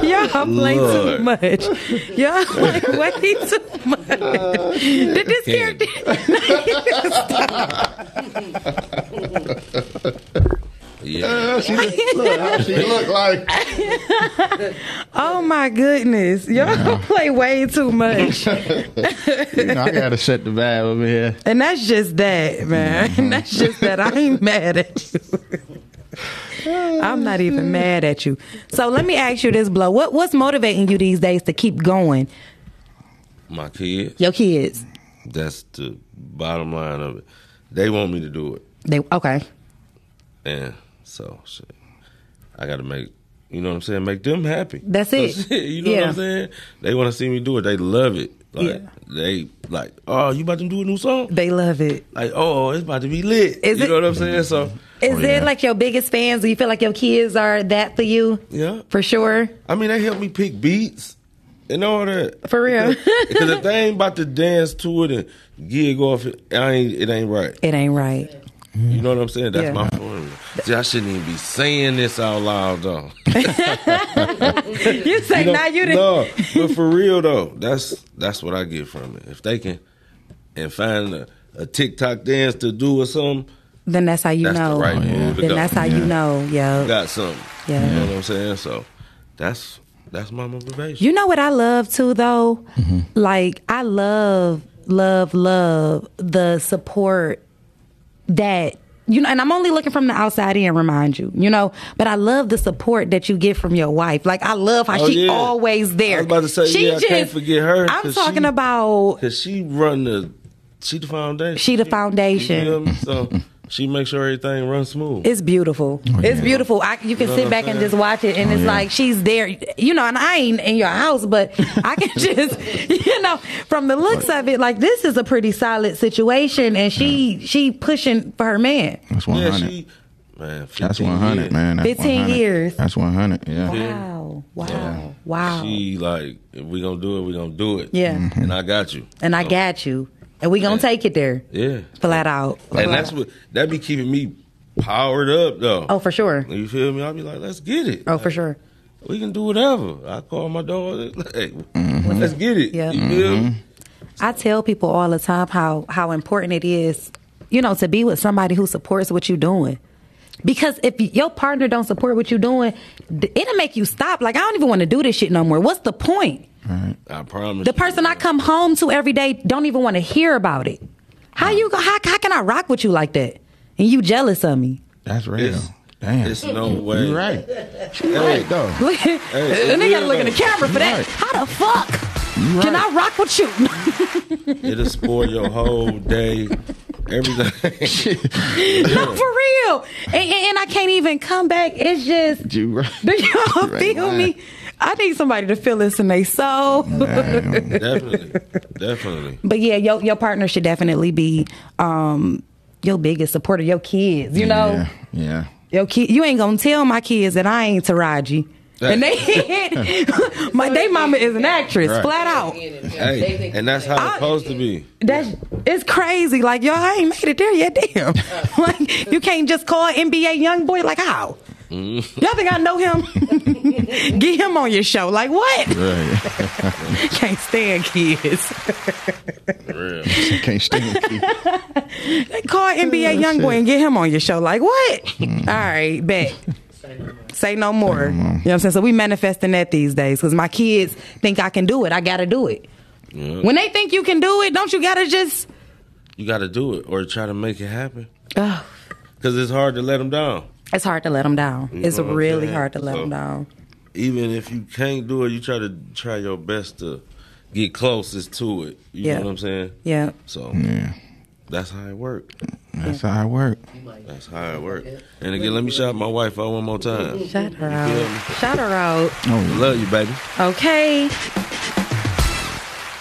[SPEAKER 1] Y'all play too
[SPEAKER 2] Lord.
[SPEAKER 1] much. Y'all play way too much. Did this
[SPEAKER 2] Can't.
[SPEAKER 1] character? *laughs*
[SPEAKER 2] Yeah.
[SPEAKER 3] *laughs* She look, look, how she look like.
[SPEAKER 1] Oh my goodness! Y'all *laughs* play way too
[SPEAKER 2] *laughs*
[SPEAKER 1] much,
[SPEAKER 3] You know, I gotta set the vibe over here.
[SPEAKER 1] and that's just that, man. *laughs*
[SPEAKER 2] Mm-hmm.
[SPEAKER 1] That's just that. I ain't *laughs* mad at you. I'm not even mad at you. So let me ask you this, blow. What what's motivating you these days to keep going?
[SPEAKER 2] My kids.
[SPEAKER 1] Your kids.
[SPEAKER 2] That's the bottom line of it. They want me to do it.
[SPEAKER 1] They okay.
[SPEAKER 2] And so shit. I gotta make you know what I'm saying, make them happy.
[SPEAKER 1] That's
[SPEAKER 2] So,
[SPEAKER 1] it.
[SPEAKER 2] *laughs* shit, you know
[SPEAKER 1] Yeah.
[SPEAKER 2] what I'm saying? They wanna see me do it. They love it. Like
[SPEAKER 1] Yeah.
[SPEAKER 2] they like, oh, you about to do a new song?
[SPEAKER 1] They love it.
[SPEAKER 2] Like, oh, it's about to be lit.
[SPEAKER 1] Is
[SPEAKER 2] you
[SPEAKER 1] it-
[SPEAKER 2] know what I'm saying? So
[SPEAKER 3] Oh,
[SPEAKER 1] Is it like your biggest fans? Do you feel like your kids are that for you?
[SPEAKER 2] yeah.
[SPEAKER 1] For sure.
[SPEAKER 2] I mean, they help me pick beats and all that.
[SPEAKER 1] For real.
[SPEAKER 2] Because if they ain't about to dance to it and gig off it, I ain't, it ain't right.
[SPEAKER 1] It ain't right.
[SPEAKER 2] You know what I'm saying? That's
[SPEAKER 1] Yeah.
[SPEAKER 2] my formula. See, I shouldn't even be saying this out loud,
[SPEAKER 1] *laughs*
[SPEAKER 2] though.
[SPEAKER 1] You say,
[SPEAKER 2] You know-
[SPEAKER 1] nah, you didn't.
[SPEAKER 2] No, but for real though, that's that's what I get from it. If they can and find a, a TikTok dance to do or something,
[SPEAKER 1] Then that's how you
[SPEAKER 2] That's the
[SPEAKER 1] know.
[SPEAKER 2] right move to
[SPEAKER 1] Oh, Then
[SPEAKER 2] go.
[SPEAKER 1] that's how you know, yo.
[SPEAKER 2] got something.
[SPEAKER 1] Yeah.
[SPEAKER 2] You know what I'm saying? So that's that's my motivation.
[SPEAKER 1] You know what I love too, though?
[SPEAKER 2] Mm-hmm.
[SPEAKER 1] Like, I love, love, love the support that. You know, and I'm only looking from the outside in, remind you, you know, but I love the support that you get from your wife. Like, I love how
[SPEAKER 2] Oh,
[SPEAKER 1] she
[SPEAKER 2] yeah.
[SPEAKER 1] always there.
[SPEAKER 2] I was about to say,
[SPEAKER 1] she
[SPEAKER 2] yeah, I
[SPEAKER 1] just,
[SPEAKER 2] can't forget her,
[SPEAKER 1] I'm
[SPEAKER 2] 'cause
[SPEAKER 1] talking
[SPEAKER 2] she-
[SPEAKER 1] about
[SPEAKER 2] Cause she run the she the foundation.
[SPEAKER 1] She the foundation.
[SPEAKER 2] You feel me? So
[SPEAKER 3] *laughs*
[SPEAKER 2] she makes sure everything runs smooth.
[SPEAKER 1] It's beautiful. It's beautiful. I, you can
[SPEAKER 2] Oh, know what
[SPEAKER 1] sit
[SPEAKER 2] I'm
[SPEAKER 1] back and
[SPEAKER 2] saying? Oh,
[SPEAKER 1] just watch it, and it's like she's there, you know. And I ain't in your house,
[SPEAKER 2] *laughs*
[SPEAKER 1] but I can just, *laughs* you know, from the looks of it, like this is a pretty solid situation, and she she pushing for her man.
[SPEAKER 3] That's one
[SPEAKER 2] yeah,
[SPEAKER 3] hundred.
[SPEAKER 2] she man. 15
[SPEAKER 3] That's one hundred,
[SPEAKER 2] years.
[SPEAKER 3] man. That's
[SPEAKER 1] 15
[SPEAKER 3] 100.
[SPEAKER 1] years.
[SPEAKER 3] That's one hundred. Yeah.
[SPEAKER 1] Wow! Wow! Wow!
[SPEAKER 2] She like if we gonna do it, we gonna do it.
[SPEAKER 1] Yeah.
[SPEAKER 3] Mm-hmm.
[SPEAKER 2] and I got you.
[SPEAKER 1] and I got you, and we gonna take it there,
[SPEAKER 2] Yeah,
[SPEAKER 1] flat out. Flat
[SPEAKER 2] and that's
[SPEAKER 1] out.
[SPEAKER 2] what that be keeping me powered up though.
[SPEAKER 1] oh, for sure.
[SPEAKER 2] You feel me? I'll be like, let's get it.
[SPEAKER 1] Oh, for sure.
[SPEAKER 2] We can do whatever. I call my dog. Hey,
[SPEAKER 3] Mm-hmm.
[SPEAKER 2] let's get it.
[SPEAKER 1] Yep.
[SPEAKER 2] You feel me?
[SPEAKER 1] I tell people all the time how how important it is, you know, to be with somebody who supports what you're doing. Because if your partner don't support what you're doing, th- it'll make you stop. Like I don't even want to do this shit no more. What's the point?
[SPEAKER 2] I promise.
[SPEAKER 1] The person I come home to every day don't even want to hear about it. How you go? How, how can I rock with you like that? And you jealous of me? *laughs*
[SPEAKER 3] That's real.
[SPEAKER 2] It's-
[SPEAKER 3] Damn.
[SPEAKER 2] It's no way.
[SPEAKER 3] you right. She right though.
[SPEAKER 1] Look, and they gotta look in the camera for that.
[SPEAKER 3] Right.
[SPEAKER 1] How the fuck
[SPEAKER 3] You
[SPEAKER 1] can
[SPEAKER 3] right.
[SPEAKER 1] I rock with you? *laughs*
[SPEAKER 2] It'll spoil your whole day. Everything. *laughs*
[SPEAKER 1] no, for real. And, and, and I can't even come back. It's just
[SPEAKER 3] You right.
[SPEAKER 1] *laughs* Do y'all
[SPEAKER 3] Right
[SPEAKER 1] feel
[SPEAKER 3] line.
[SPEAKER 1] me? I need somebody to feel this in their soul.
[SPEAKER 3] Damn.
[SPEAKER 2] definitely. Definitely.
[SPEAKER 1] *laughs* But yeah, your your partner should definitely be um your biggest supporter, your kids, you know.
[SPEAKER 3] Yeah. yeah.
[SPEAKER 1] Your kid you ain't gonna tell my kids that I ain't Taraji. And they *laughs* my they mama is an actress,
[SPEAKER 3] Right.
[SPEAKER 1] flat out.
[SPEAKER 8] They
[SPEAKER 2] Hey,
[SPEAKER 8] think-
[SPEAKER 2] and that's how
[SPEAKER 1] I-
[SPEAKER 2] it's supposed to be.
[SPEAKER 1] That's it's crazy. Like y'all, I ain't made it there yet. Damn, *laughs* like you can't just call NBA young boy. Like how?
[SPEAKER 3] Mm.
[SPEAKER 1] Y'all think I know him? *laughs*
[SPEAKER 3] *laughs*
[SPEAKER 1] Get him on your show. Like what?
[SPEAKER 3] Right. *laughs*
[SPEAKER 1] Can't stand kids.
[SPEAKER 2] Real.
[SPEAKER 3] Can't stand it.
[SPEAKER 1] They call NBA
[SPEAKER 3] Oh,
[SPEAKER 1] Youngboy
[SPEAKER 3] shit.
[SPEAKER 1] and get him on your show. Like what? All right, bet. Say no more. You know what I'm saying? So we manifesting that these days because my kids think I can do it. I gotta do it. When they think you can do it, don't you gotta just?
[SPEAKER 2] You got to do it or try to make it happen.
[SPEAKER 1] Ugh.
[SPEAKER 2] Because it's hard to let them down.
[SPEAKER 1] It's hard to let them down.
[SPEAKER 2] You
[SPEAKER 1] It's
[SPEAKER 2] know what I'm
[SPEAKER 1] really
[SPEAKER 2] saying?
[SPEAKER 1] hard to let
[SPEAKER 2] So-
[SPEAKER 1] them down.
[SPEAKER 2] even if you can't do it, you try to try your best to get closest to it. You
[SPEAKER 1] Yeah.
[SPEAKER 2] know what I'm saying?
[SPEAKER 1] Yeah.
[SPEAKER 2] So
[SPEAKER 3] Yeah.
[SPEAKER 2] that's how it worked.
[SPEAKER 3] That's how I work.
[SPEAKER 2] That's how it worked. And again, let me shout my wife out one more time.
[SPEAKER 1] Shout her
[SPEAKER 2] feel
[SPEAKER 1] out. Shout her out.
[SPEAKER 2] I love you, baby.
[SPEAKER 1] Okay.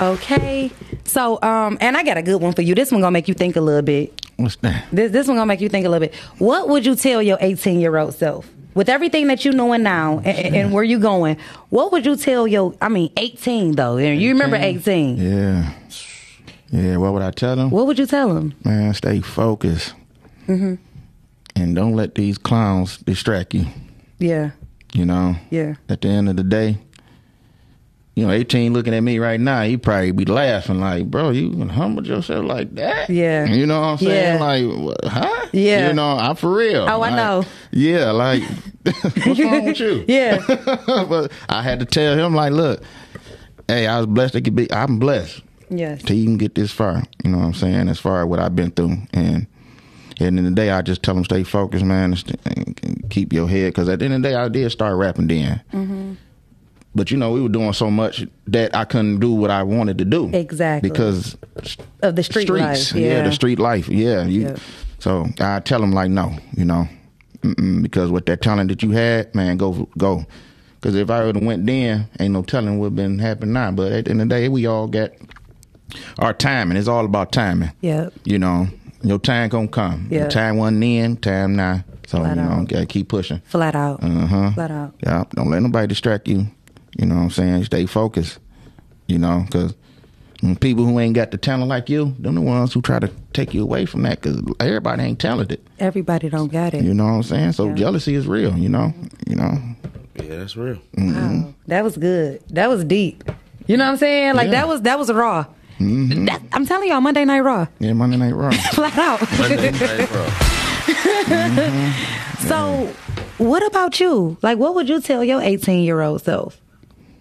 [SPEAKER 1] Okay. So, um, and I got a good one for you. This one gonna make you think a little bit.
[SPEAKER 3] What's that?
[SPEAKER 1] This this one gonna make you think a little bit. What would you tell your 18 year old self with everything that you knowing now and, and- and where you going? What would you tell your? I mean, 18 though. And You remember 18?
[SPEAKER 3] Yeah. Yeah. What would I tell them?
[SPEAKER 1] What would you tell him?
[SPEAKER 3] Man, stay focused. and don't let these clowns distract you.
[SPEAKER 1] Yeah.
[SPEAKER 3] You know.
[SPEAKER 1] Yeah.
[SPEAKER 3] At the end of the day, you know, eighteen looking at me right now, he probably be laughing like, "Bro, you can humble yourself like that."
[SPEAKER 1] Yeah.
[SPEAKER 3] You know what I'm saying?
[SPEAKER 1] Yeah.
[SPEAKER 3] Like, what, huh?
[SPEAKER 1] Yeah.
[SPEAKER 3] You know, I'm for real.
[SPEAKER 1] Oh, I
[SPEAKER 3] Like,
[SPEAKER 1] know.
[SPEAKER 3] Yeah, like, *laughs* what's wrong with you?
[SPEAKER 1] *laughs* Yeah.
[SPEAKER 3] *laughs* but I had to tell him like, look, hey, I was blessed to be. I'm blessed
[SPEAKER 1] Yes.
[SPEAKER 3] to even get this far. You know what I'm saying? As far as what I've been through, and at the end of the day, I just tell them stay focused, man, and, st- and, and keep your head. Because at the end of the day, I did start rapping then. But you know, we were doing so much that I couldn't do what I wanted to do.
[SPEAKER 1] Exactly.
[SPEAKER 3] because
[SPEAKER 1] Of the street
[SPEAKER 3] streets,
[SPEAKER 1] life. Yeah.
[SPEAKER 3] the street life, yeah. You,
[SPEAKER 1] Yep.
[SPEAKER 3] So I tell them like, no, you know, Mm-mm, because with that talent that you had, man, go go. Because if I would have went then, ain't no telling what been happening now. But at the end of the day, we all got our timing. It's all about timing.
[SPEAKER 1] Yep.
[SPEAKER 3] You know, your time gonna come.
[SPEAKER 1] Yeah.
[SPEAKER 3] Your time wasn't then, time now. So
[SPEAKER 1] Flat
[SPEAKER 3] you know,
[SPEAKER 1] out.
[SPEAKER 3] gotta keep pushing.
[SPEAKER 1] Flat out.
[SPEAKER 3] Uh-huh.
[SPEAKER 1] Flat out.
[SPEAKER 3] Yeah, don't let nobody distract you. You know what I'm saying? Stay focused. You know, because people who ain't got the talent like you, them the ones who try to take you away from that. Because everybody ain't talented.
[SPEAKER 1] Everybody don't got it.
[SPEAKER 3] You know what I'm saying? So
[SPEAKER 1] Yeah.
[SPEAKER 3] jealousy is real. You know, you know.
[SPEAKER 2] Yeah, that's real.
[SPEAKER 1] Wow. That was good. That was deep. You know what I'm saying? Like
[SPEAKER 3] Yeah.
[SPEAKER 1] that
[SPEAKER 3] Mm-hmm.
[SPEAKER 1] was that was raw. That, I'm telling y'all, Monday Night Raw, *laughs*
[SPEAKER 3] Yeah, money ain't wrong.
[SPEAKER 1] flat out.
[SPEAKER 2] Monday Night Raw.
[SPEAKER 1] so, what about you? Like, what would you tell your 18 year old self?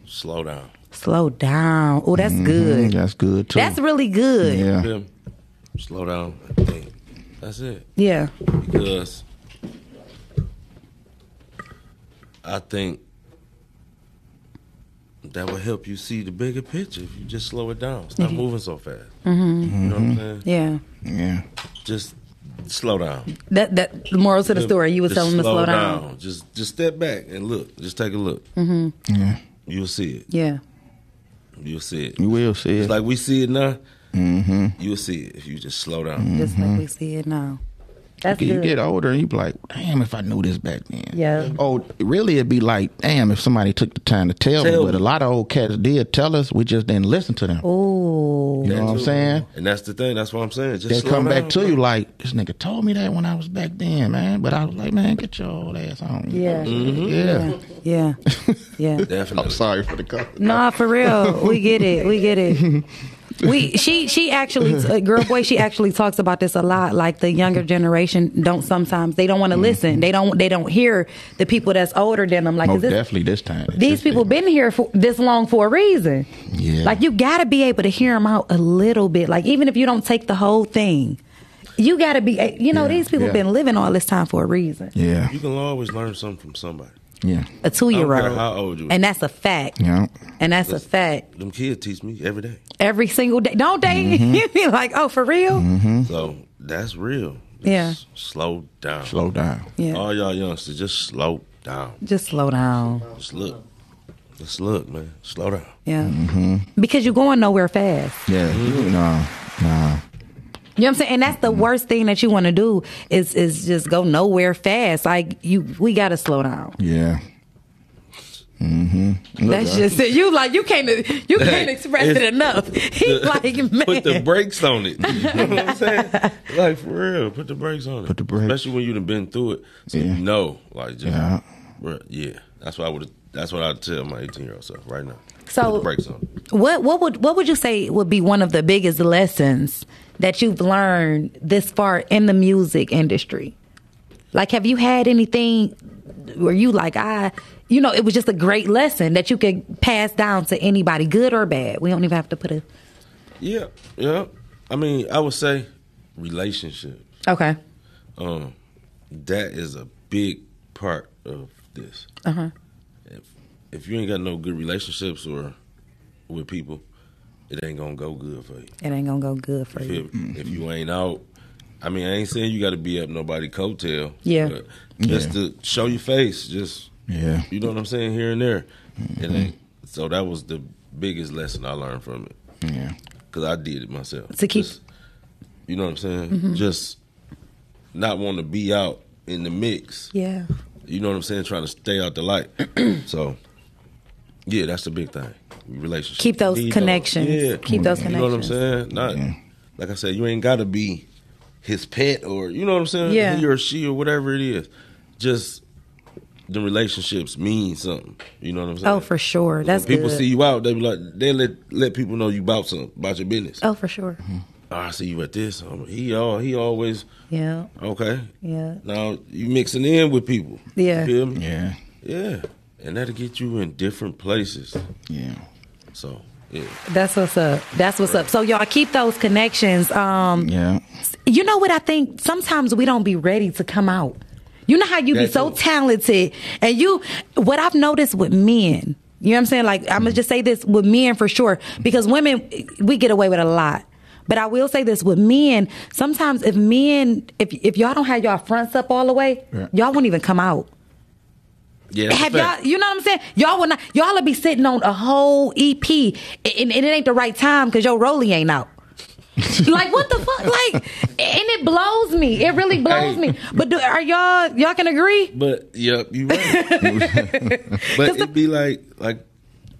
[SPEAKER 2] Slow down.
[SPEAKER 1] Slow down. Oh, that's good.
[SPEAKER 3] That's good too.
[SPEAKER 1] That's really good. Yeah.
[SPEAKER 3] Mm-hmm. yeah.
[SPEAKER 2] Feel me? Slow down. and think. That's it. Because I think that will help you see the bigger picture if you just slow it down.
[SPEAKER 1] Mm-hmm.
[SPEAKER 2] Stop moving so fast. You know what I'm saying?
[SPEAKER 1] Yeah.
[SPEAKER 3] Yeah.
[SPEAKER 2] Just slow down.
[SPEAKER 1] That that the moral to the story. You was
[SPEAKER 2] Just
[SPEAKER 1] telling them to slow down.
[SPEAKER 2] Just just step back and look. Just take a look.
[SPEAKER 1] Mm-hmm.
[SPEAKER 3] Yeah.
[SPEAKER 2] You'll see it.
[SPEAKER 1] Yeah.
[SPEAKER 2] You'll see it.
[SPEAKER 3] You will see it.
[SPEAKER 2] It's like we see it now. You'll see it if you just slow down.
[SPEAKER 1] Just like we see it now. That's
[SPEAKER 3] Mm-hmm. you
[SPEAKER 1] good.
[SPEAKER 3] get older and you be like, damn, if I knew this back then.
[SPEAKER 1] Yeah.
[SPEAKER 3] Oh, really? It'd be like, damn, if somebody took the time to tell,
[SPEAKER 2] Tell
[SPEAKER 3] me. But a
[SPEAKER 2] me.
[SPEAKER 3] lot of old cats did tell us. We just didn't listen to them.
[SPEAKER 1] Oh.
[SPEAKER 3] you know what I'm
[SPEAKER 2] too.
[SPEAKER 3] saying?
[SPEAKER 2] And that's the thing. That's what I'm saying. Just
[SPEAKER 3] They
[SPEAKER 2] slow
[SPEAKER 3] come back
[SPEAKER 2] down,
[SPEAKER 3] to
[SPEAKER 2] bro.
[SPEAKER 3] you like this nigga told me that when I was back then, man. But I was like, man, get your old ass on.
[SPEAKER 1] Yeah. Mm-hmm.
[SPEAKER 3] Yeah.
[SPEAKER 1] Yeah. Yeah.
[SPEAKER 2] Definitely.
[SPEAKER 3] I'm sorry for the color.
[SPEAKER 1] Nah, for real. We get it. We get it. We she she actually uh, girl boy she actually talks about this a lot. Like the younger generation don't sometimes they don't want to listen. They don't they don't hear the people that's older than them. Like
[SPEAKER 3] Oh,
[SPEAKER 1] is this,
[SPEAKER 3] definitely this time.
[SPEAKER 1] these people been here for this long for a reason.
[SPEAKER 3] Yeah.
[SPEAKER 1] Like you got to be able to hear them out a little bit. Like even if you don't take the whole thing, you got to be. eh, You know
[SPEAKER 3] Yeah,
[SPEAKER 1] these people
[SPEAKER 3] yeah.
[SPEAKER 1] been living all this time for a reason.
[SPEAKER 3] Yeah.
[SPEAKER 2] You can always learn something from somebody.
[SPEAKER 3] Yeah.
[SPEAKER 1] A two year
[SPEAKER 2] I don't care how
[SPEAKER 1] old,
[SPEAKER 2] old you.
[SPEAKER 1] and that's a fact.
[SPEAKER 3] Yeah.
[SPEAKER 1] And that's a fact.
[SPEAKER 2] them kids teach me every day.
[SPEAKER 1] every single day. Don't they? *laughs*
[SPEAKER 2] Mm-hmm.
[SPEAKER 1] like, oh, for real?
[SPEAKER 3] Mm-hmm.
[SPEAKER 2] So that's real. Just
[SPEAKER 1] Yeah.
[SPEAKER 2] Slow down.
[SPEAKER 3] Slow down.
[SPEAKER 1] Yeah.
[SPEAKER 2] All y'all youngsters, just slow down.
[SPEAKER 1] Just slow down.
[SPEAKER 2] Just look. Just look, man. Slow down.
[SPEAKER 1] Yeah.
[SPEAKER 2] Mm-hmm.
[SPEAKER 1] Because you're going nowhere fast.
[SPEAKER 3] Yeah. No. No.
[SPEAKER 1] You know what I'm saying? And that's
[SPEAKER 2] Mm-hmm.
[SPEAKER 1] the worst thing that you want to do is is just go nowhere fast. Like you we gotta slow down.
[SPEAKER 3] Yeah. Mm-hmm.
[SPEAKER 1] That's just it. You like you can't you can't express it
[SPEAKER 2] *laughs* It's-
[SPEAKER 1] enough. *laughs* He *laughs* like man.
[SPEAKER 2] *laughs* Put the brakes
[SPEAKER 1] *laughs*
[SPEAKER 2] on it. You know what I'm saying? Like for real, put the brakes on it.
[SPEAKER 3] Put the brakes.
[SPEAKER 2] Especially when you done been through it. So
[SPEAKER 3] Yeah.
[SPEAKER 2] you know, like just
[SPEAKER 3] Yeah.
[SPEAKER 2] yeah. yeah. That's what I would that's what I'd tell my 18 year old self right now.
[SPEAKER 1] So-
[SPEAKER 2] put the brakes on it.
[SPEAKER 1] What what would what would you say would be one of the biggest lessons that you've learned this far in the music industry? Like, have you had anything where you like I, you know, it was just a great lesson that you can pass down to anybody, good or bad. We don't even have to put a
[SPEAKER 2] Yeah, yeah. I mean, I would say relationship.
[SPEAKER 1] okay,
[SPEAKER 2] Um, that is a big part of this.
[SPEAKER 1] uh huh,
[SPEAKER 2] If if you ain't got no good relationships or with people, it ain't gonna go good for you.
[SPEAKER 1] it ain't gonna go good for you.
[SPEAKER 2] If, if you ain't out, I mean, I ain't saying you got to be up nobody coattail.
[SPEAKER 1] Yeah.
[SPEAKER 2] but just
[SPEAKER 3] Yeah.
[SPEAKER 2] to show your face, just
[SPEAKER 3] Yeah. Mm-hmm.
[SPEAKER 2] you know what I'm saying here and there. And then- so that was the biggest lesson I learned from it
[SPEAKER 3] Yeah.
[SPEAKER 2] because I did it myself.
[SPEAKER 1] To keep- Mm-hmm.
[SPEAKER 2] Just- you know what I'm saying? Just not want to be out in the mix.
[SPEAKER 1] Yeah,
[SPEAKER 2] You know what I'm saying? Trying to stay out the light. *clears throat* so, yeah, that's the big thing. Relationships.
[SPEAKER 1] Keep those
[SPEAKER 2] Need
[SPEAKER 1] connections. Keep those
[SPEAKER 2] You know what I'm
[SPEAKER 1] connections.
[SPEAKER 2] saying? Not
[SPEAKER 3] Yeah.
[SPEAKER 2] like I said, you ain't got to be his pet or you know what I'm saying?
[SPEAKER 1] Yeah.
[SPEAKER 2] He or she or whatever it is. Just the relationships mean something. You know what I'm saying?
[SPEAKER 1] Oh, for sure. That's
[SPEAKER 2] when people
[SPEAKER 1] good.
[SPEAKER 2] see you out, they be like they let let people know you about something, about your business.
[SPEAKER 1] Oh, for sure.
[SPEAKER 2] Oh, I see you at this. Oh, He all he always
[SPEAKER 1] Yeah.
[SPEAKER 2] okay.
[SPEAKER 1] Yeah.
[SPEAKER 2] Now you mixing in with people.
[SPEAKER 1] Yeah.
[SPEAKER 2] You feel me?
[SPEAKER 3] Yeah.
[SPEAKER 2] Yeah. And that'll get you in different places.
[SPEAKER 3] Yeah.
[SPEAKER 2] So yeah.
[SPEAKER 1] That's what's up. That's what's up. So y'all keep those connections. Um,
[SPEAKER 3] Yeah.
[SPEAKER 1] you know what I think? Sometimes we don't be ready to come out. You know how you be
[SPEAKER 2] That's
[SPEAKER 1] so
[SPEAKER 2] it.
[SPEAKER 1] talented, and you. What I've noticed with men, you know what I'm saying? Like I'm gonna just say this with men for sure, because women we get away with a lot. But I will say this with men. Sometimes if men, if if y'all don't have y'all fronts up all the way,
[SPEAKER 3] Yeah.
[SPEAKER 1] y'all won't even come out.
[SPEAKER 2] Yeah. that's a
[SPEAKER 1] Have
[SPEAKER 2] fact.
[SPEAKER 1] y'all? You know what I'm saying? Y'all will not. Y'all will be sitting on a whole EP, and, and it ain't the right time because your Rolly ain't out. *laughs* like what the fuck? Like, and it blows me. It really blows
[SPEAKER 2] Hey.
[SPEAKER 1] me. But do, are y'all y'all can agree?
[SPEAKER 2] But yep,
[SPEAKER 1] *laughs*
[SPEAKER 2] you right. but it'd be like like *sighs*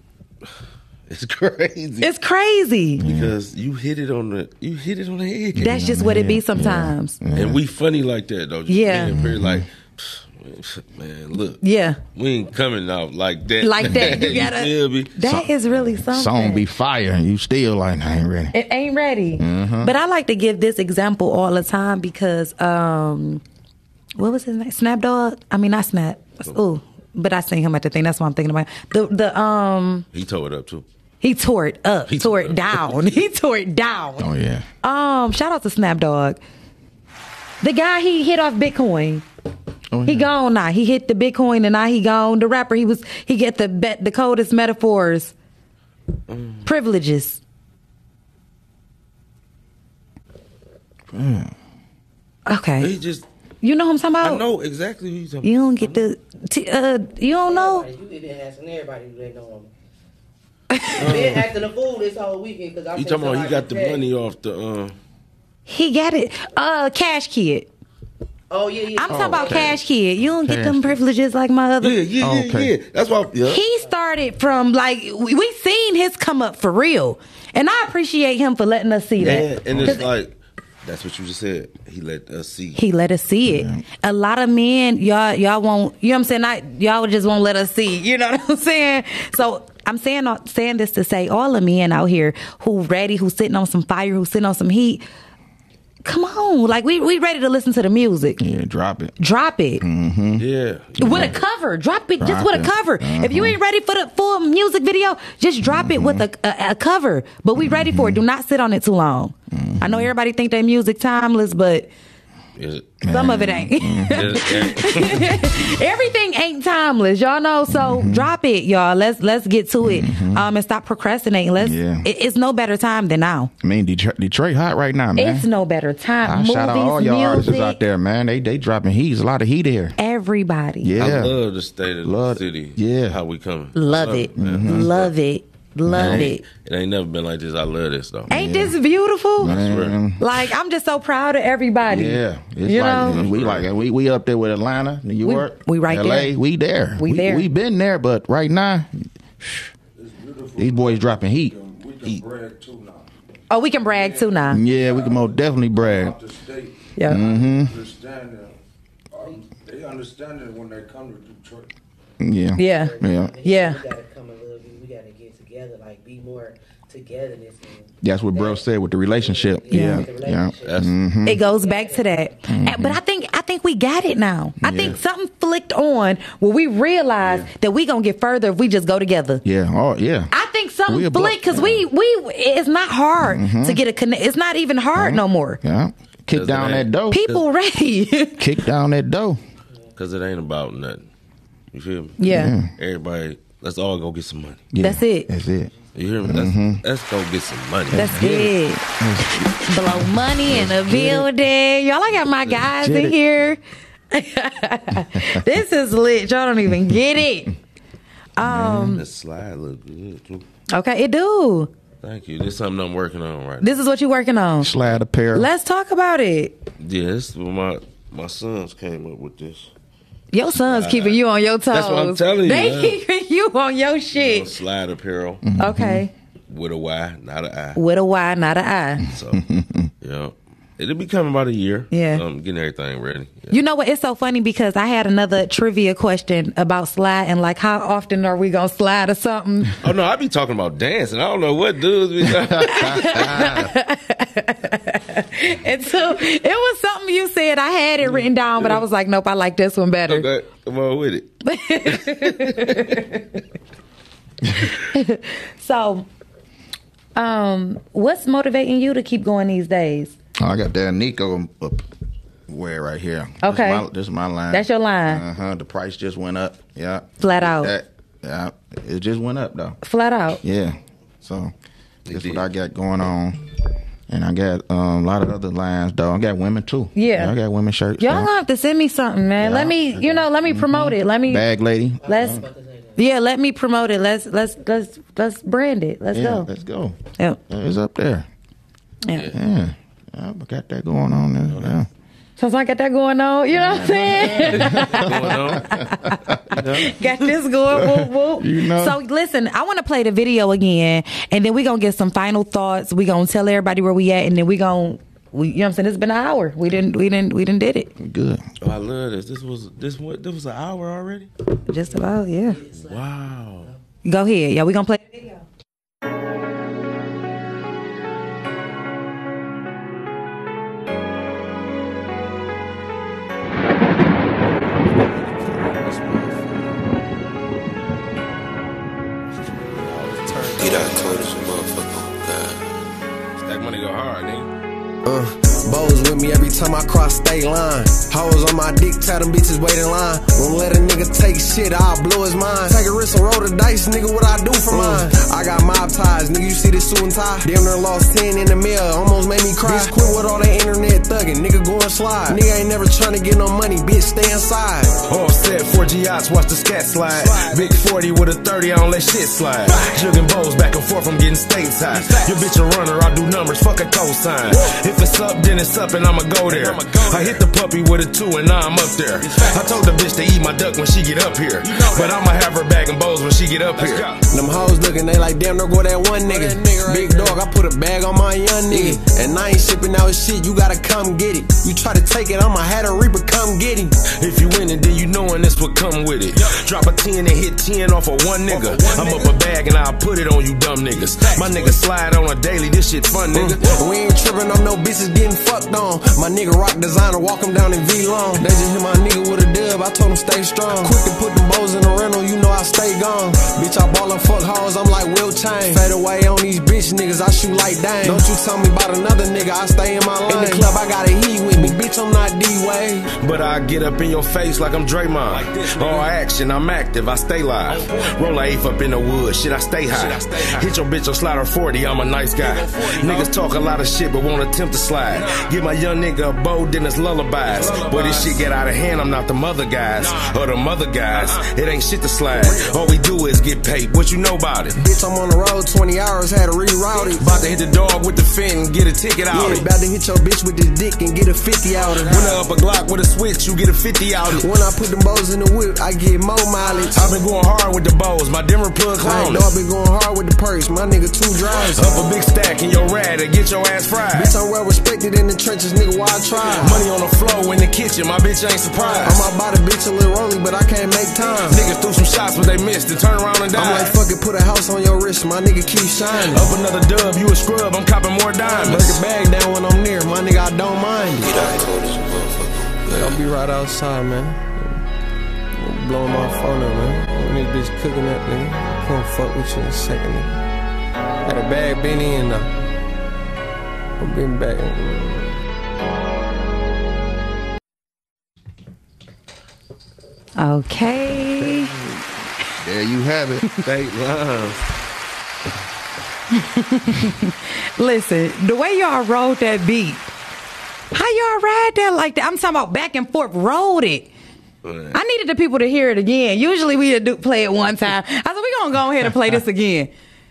[SPEAKER 2] it's *laughs* crazy
[SPEAKER 1] It's crazy.
[SPEAKER 2] because you hit it on the you hit it on the head,
[SPEAKER 1] That's just what it be
[SPEAKER 3] Yeah.
[SPEAKER 1] sometimes. Yeah.
[SPEAKER 2] and we funny like that though. Just
[SPEAKER 1] Yeah. Mm-hmm.
[SPEAKER 2] being very like *sighs* man, look, we ain't coming out like that,
[SPEAKER 1] Like
[SPEAKER 2] *laughs*
[SPEAKER 1] that. You gotta-
[SPEAKER 2] feel me?
[SPEAKER 1] that is really something.
[SPEAKER 3] *laughs* Song be fire and you still like I ain't ready.
[SPEAKER 1] It ain't ready.
[SPEAKER 2] Mm-hmm.
[SPEAKER 1] But I like to give this example all the time because um what was his name? Snapdog? I mean not Snap. Ooh. But I seen him at the thing. That's what I'm thinking about. The the um
[SPEAKER 2] He tore it up too.
[SPEAKER 1] he tore it up,
[SPEAKER 2] He
[SPEAKER 1] tore
[SPEAKER 2] tore
[SPEAKER 1] it
[SPEAKER 2] it up.
[SPEAKER 1] down. *laughs* he tore it down.
[SPEAKER 3] Oh yeah.
[SPEAKER 1] Um, shout out to Snapdog. The guy he hit off Bitcoin.
[SPEAKER 3] Oh,
[SPEAKER 1] He
[SPEAKER 3] yeah.
[SPEAKER 1] gone now. He hit the Bitcoin and now he gone. The rapper he was he get the bet the coldest metaphors.
[SPEAKER 2] Mm.
[SPEAKER 1] Privileges.
[SPEAKER 2] He
[SPEAKER 1] Okay.
[SPEAKER 2] just
[SPEAKER 1] You know who I'm talking about?
[SPEAKER 2] I know exactly who you talking.
[SPEAKER 1] Oh. You don't get the t- uh you don't know?
[SPEAKER 8] Everybody, You didn't ask everybody who they know
[SPEAKER 1] *laughs*
[SPEAKER 8] him. Been acting a fool this whole weekend because I.
[SPEAKER 2] about. You
[SPEAKER 8] seen
[SPEAKER 2] talking about he
[SPEAKER 8] somebody
[SPEAKER 2] got the
[SPEAKER 8] text.
[SPEAKER 2] money off the uh,
[SPEAKER 1] He got it. Uh Cash Kid.
[SPEAKER 8] Oh yeah, yeah.
[SPEAKER 1] I'm talking about
[SPEAKER 2] okay.
[SPEAKER 1] Cash Kid. You don't get them
[SPEAKER 3] Cash Kid.
[SPEAKER 1] privileges like my other
[SPEAKER 2] yeah yeah yeah
[SPEAKER 3] Okay.
[SPEAKER 2] yeah. That's why yeah.
[SPEAKER 1] Oh, he started from like we we seen his come up for real, and I appreciate him for letting us see
[SPEAKER 2] yeah.
[SPEAKER 1] that.
[SPEAKER 2] And it's
[SPEAKER 1] 'Cause
[SPEAKER 2] like that's what you just said. He let us see.
[SPEAKER 1] he let us see it. A lot of men, y'all, y'all won't. You know what I'm saying? I, y'all just won't let us see. You know *laughs* what I'm saying? So I'm saying uh, saying this to say all the men out here who ready, who sitting on some fire, who sitting on some heat. Come on, like we we ready to listen to the music.
[SPEAKER 3] Yeah, drop it.
[SPEAKER 1] Drop it.
[SPEAKER 2] Yeah.
[SPEAKER 1] with a cover. Drop it just
[SPEAKER 3] Mm-hmm. Drop
[SPEAKER 1] with a
[SPEAKER 3] it. Mm-hmm.
[SPEAKER 1] cover. If you ain't ready for the full music video, just drop it with a,
[SPEAKER 3] Mm-hmm.
[SPEAKER 1] a, a cover. But we ready for it. Do not sit on it too long. I
[SPEAKER 3] Mm-hmm.
[SPEAKER 1] know everybody think their music timeless, but
[SPEAKER 2] Is it-
[SPEAKER 1] some of it
[SPEAKER 3] Mm-hmm.
[SPEAKER 1] ain't. *laughs* Everything ain't timeless, y'all know. So
[SPEAKER 3] Mm-hmm.
[SPEAKER 1] drop it, y'all. Let's let's get to it. Um, and stop procrastinating. Let's.
[SPEAKER 3] Yeah.
[SPEAKER 1] It, it's no better time than now.
[SPEAKER 3] I mean Detroit, Detroit hot right now, man.
[SPEAKER 1] It's no better time.
[SPEAKER 3] I
[SPEAKER 1] Movies,
[SPEAKER 3] shout out all y'all artists
[SPEAKER 1] music,
[SPEAKER 3] out there, man. They they dropping heat. There's a lot of heat here.
[SPEAKER 1] Everybody.
[SPEAKER 3] Yeah.
[SPEAKER 2] I love the state of
[SPEAKER 3] Love-
[SPEAKER 2] the city.
[SPEAKER 3] yeah.
[SPEAKER 2] How we coming.
[SPEAKER 1] Love it.
[SPEAKER 3] Mm-hmm.
[SPEAKER 2] man.
[SPEAKER 1] Love it. Love it.
[SPEAKER 2] It ain't never been like this. I love this though.
[SPEAKER 1] Ain't this beautiful?
[SPEAKER 3] Man.
[SPEAKER 1] Like I'm just so proud of everybody.
[SPEAKER 3] Yeah, it's
[SPEAKER 1] You
[SPEAKER 3] like
[SPEAKER 1] know?
[SPEAKER 3] we like we we up there with Atlanta, New
[SPEAKER 1] We-
[SPEAKER 3] York,
[SPEAKER 1] we right
[SPEAKER 3] LA,
[SPEAKER 1] there.
[SPEAKER 3] We there,
[SPEAKER 1] We there.
[SPEAKER 3] We been there, but right now, these boys dropping heat.
[SPEAKER 4] We can brag too now.
[SPEAKER 1] Oh, we can brag too now.
[SPEAKER 3] Yeah, we can most definitely brag.
[SPEAKER 4] Out the state,
[SPEAKER 1] Yeah.
[SPEAKER 4] Mm-hmm. understand that. Um, they understand it when they come to Detroit.
[SPEAKER 3] Yeah,
[SPEAKER 1] Yeah.
[SPEAKER 3] yeah.
[SPEAKER 1] *laughs* Yeah.
[SPEAKER 8] Oh. We gotta come a little bit. We gotta get together. Like be more togetherness. and-
[SPEAKER 3] That's what bro said with the relationship. Yeah,
[SPEAKER 8] with the
[SPEAKER 3] yeah.
[SPEAKER 8] relationship.
[SPEAKER 2] That's
[SPEAKER 1] It goes back to that.
[SPEAKER 3] Mm-hmm.
[SPEAKER 1] And- But I think I think we got it now. I think something flicked on where we realized that we gonna get further if we just go together.
[SPEAKER 3] yeah. Oh, yeah.
[SPEAKER 1] I think something
[SPEAKER 3] We a
[SPEAKER 1] flicked
[SPEAKER 3] block,
[SPEAKER 1] 'cause because we we it's not hard
[SPEAKER 2] Mm-hmm.
[SPEAKER 1] to get a connect. It's not even hard no more.
[SPEAKER 3] Yeah, kick
[SPEAKER 2] Doesn't
[SPEAKER 3] down
[SPEAKER 2] matter.
[SPEAKER 3] that door.
[SPEAKER 1] People ready. *laughs*
[SPEAKER 3] Kick down that door.
[SPEAKER 2] because it ain't about nothing. You feel me?
[SPEAKER 1] yeah.
[SPEAKER 2] Everybody, let's all go get some money.
[SPEAKER 3] Yeah,
[SPEAKER 1] That's it.
[SPEAKER 3] That's it.
[SPEAKER 2] You hear me? Let's, let's go get some money.
[SPEAKER 1] Mm-hmm. That's it.
[SPEAKER 2] Mm-hmm.
[SPEAKER 1] Blow money in the building. Y'all, I got my guys
[SPEAKER 3] Get
[SPEAKER 1] in
[SPEAKER 3] it.
[SPEAKER 1] here. *laughs* this is lit. Y'all don't even get it.
[SPEAKER 2] Let's slide a little bit. too.
[SPEAKER 1] Okay, it do.
[SPEAKER 2] Thank you. This is something I'm working on right now.
[SPEAKER 1] This is what you're working on.
[SPEAKER 3] Slide a pair.
[SPEAKER 1] Let's talk about it.
[SPEAKER 2] Yeah, this is what my, my sons came up with this.
[SPEAKER 1] Your son's keeping you on your toes.
[SPEAKER 2] That's what I'm telling you,
[SPEAKER 1] They *laughs*
[SPEAKER 2] yeah. Mm-hmm.
[SPEAKER 1] keeping you on your
[SPEAKER 2] You know,
[SPEAKER 1] shit.
[SPEAKER 2] slide apparel
[SPEAKER 1] Okay.
[SPEAKER 2] with a Y, not a I.
[SPEAKER 1] With a Y, not a I.
[SPEAKER 2] So, yeah. It'll be coming about a year.
[SPEAKER 1] Yeah.
[SPEAKER 2] Um, getting everything ready. Yeah.
[SPEAKER 1] You know what? It's so funny because I had another trivia question about slide and like how often are we gonna slide or something?
[SPEAKER 2] Oh no, I be talking about dancing. I don't know what dudes be talking
[SPEAKER 1] and so it was something you said. I had it written down, but I was like, nope, I like this one better.
[SPEAKER 2] about. Come on with it.
[SPEAKER 1] So, um, what's motivating you to keep going these days?
[SPEAKER 3] Oh, I got that Nico up wear right here.
[SPEAKER 1] Okay.
[SPEAKER 3] This is my, this is my line.
[SPEAKER 1] That's your line. Oh.
[SPEAKER 3] Uh huh. The price just went up. Yeah.
[SPEAKER 1] Flat out.
[SPEAKER 3] That- yeah. It just went up though.
[SPEAKER 1] Flat out.
[SPEAKER 3] Yeah. So that's
[SPEAKER 2] did.
[SPEAKER 3] what I got going on. And I got um, a lot of other lines though. I got women too.
[SPEAKER 1] Yeah.
[SPEAKER 3] I got women shirts.
[SPEAKER 1] Y'all
[SPEAKER 3] though.
[SPEAKER 1] gonna have to send me something, man.
[SPEAKER 3] Yeah.
[SPEAKER 1] Let me, you know, let me promote it. Let me
[SPEAKER 3] Bag lady.
[SPEAKER 1] let's
[SPEAKER 8] About to say that.
[SPEAKER 1] yeah, let me promote it. Let's let's let's let's brand it. Let's
[SPEAKER 3] yeah,
[SPEAKER 1] go.
[SPEAKER 3] Let's go.
[SPEAKER 1] Yeah.
[SPEAKER 3] It's up there.
[SPEAKER 1] Yeah.
[SPEAKER 3] Yeah. I got that going on there. Yeah.
[SPEAKER 1] Since I got that going on, you know what I'm saying?
[SPEAKER 2] Going on.
[SPEAKER 1] *laughs* got this going. Whoop, whoop.
[SPEAKER 3] You know.
[SPEAKER 1] So listen, I want to play the video again, and then we're gonna get some final thoughts. We're gonna tell everybody where we at, and then we gonna. We, you know what I'm saying? It's been an hour. We didn't, we didn't, we didn't did it.
[SPEAKER 3] Good.
[SPEAKER 2] Oh, I love this. This was this what this was an hour already.
[SPEAKER 1] Just about, yeah.
[SPEAKER 2] Wow.
[SPEAKER 1] Go ahead. Yeah, we gonna play. the video.
[SPEAKER 5] Get out cold as a motherfucker. God.
[SPEAKER 2] That money go hard, nigga.
[SPEAKER 6] Uh, bows with me every time I cross state line. Hoes on my dick, tell them bitches wait in line. Won't let a nigga take shit, I'll blow his mind. Take a risk and roll the dice, nigga, what I do for mine. I got mob ties, nigga, you see this suit and tie. Damn near lost 10 in the mill, almost made me cry. Bitch, quit with all that internet thugging, nigga, go and slide. Nigga ain't never tryna get no money, bitch, stay inside.
[SPEAKER 7] Offset, 4G yachts, watch the scat slide. Big 40 with a 30, I don't let shit slide. Jugging bows back and forth, I'm getting states high. Your bitch a runner, I do numbers, fuck a cosign. If it's up, then it's up, and I'ma go there. I hit the puppy with a two, and now I'm up there. I told the bitch to eat my duck when she get up here. But I'ma have her back in bows when she get up here.
[SPEAKER 6] Them hoes looking, they like, damn, there go that one nigga. Big dog, I put a bag on my young nigga. And I ain't shipping out shit, you gotta come get it. You try to take it, I'ma have a reaper come get him.
[SPEAKER 7] If you in it, then you knowin' this what come with it. Drop a 10 and hit 10 off of one nigga. I'm up a bag and I'll put it on you dumb niggas. My niggas slide on a daily, this shit fun, nigga.
[SPEAKER 6] We ain't tripping on no bitches getting fucked on. My nigga rock designer, walk him down in V long. They just hit my nigga with a dub, I told him stay strong. Quick to put them bows in the rental, you know I stay gone. Bitch, I ball and fuck hoes, I'm like Will Chain. Fade away on these bitch niggas, I shoot like dang. Don't you tell me about another nigga, I stay in my lane. In the club, I got a heat with me, bitch, I'm not D-Way.
[SPEAKER 7] But I get up in your face like I'm Draymond. All action, I'm active, I stay live. Roll a eighth up in the woods, shit, I stay high. Hit your bitch on slider 40, I'm a nice guy. Niggas talk a lot of shit but won't attempt to slide. Give my young nigga a bow, then it's lullabies. But this shit get out of hand, I'm not the mother guys. Or the mother guys, it ain't shit to slide. All we do is get paid, what you know about it?
[SPEAKER 6] Bitch, I'm on the road 20 hours, had to reroute it.
[SPEAKER 7] About to hit the dog with the fin, get a ticket out.
[SPEAKER 6] Yeah,
[SPEAKER 7] it.
[SPEAKER 6] about to hit your bitch with the dick and get a 50 out of
[SPEAKER 7] When
[SPEAKER 6] it.
[SPEAKER 7] I up a Glock with a switch, you get a 50 out. it.
[SPEAKER 6] When I put them bows in the whip, I get more mileage.
[SPEAKER 7] I've been going hard with the bows, my Denver plug
[SPEAKER 6] I
[SPEAKER 7] clone.
[SPEAKER 6] know I've been going hard with the purse, my nigga two drives.
[SPEAKER 7] Up a big stack in your rad and get your ass fried.
[SPEAKER 6] Bitch, I'm well respected in the trenches, nigga, why I try?
[SPEAKER 7] Money on the floor in the kitchen, my bitch ain't
[SPEAKER 6] I'm
[SPEAKER 7] surprised.
[SPEAKER 6] about body, bitch, a little rolly, but I can't make time.
[SPEAKER 7] Niggas threw some shots, but they missed and turn around and
[SPEAKER 6] I'm like,
[SPEAKER 7] died.
[SPEAKER 6] fuck it, put a house on your wrist, my nigga keep shining.
[SPEAKER 7] Up another dub, you a scrub, I'm copping more
[SPEAKER 6] Break the
[SPEAKER 7] diamonds.
[SPEAKER 6] bag down when I'm near, my nigga, I don't mind it.
[SPEAKER 5] Get out cold as a motherfucker. God.
[SPEAKER 6] I'll be right outside, man. I'm blowing my phone up, man. When this bitch cooking up, nigga, I gonna fuck with you in a second, nigga. Got a bag uh, been in now. I'm been back.
[SPEAKER 1] Okay.
[SPEAKER 3] There you have it.
[SPEAKER 2] State lines.
[SPEAKER 1] Listen, the way y'all rode that beat, how y'all ride that like that? I'm talking about back and forth, rode it. I needed the people to hear it again. Usually we do play it one
[SPEAKER 2] *laughs*
[SPEAKER 1] time. I said, we're going to go ahead and play this again.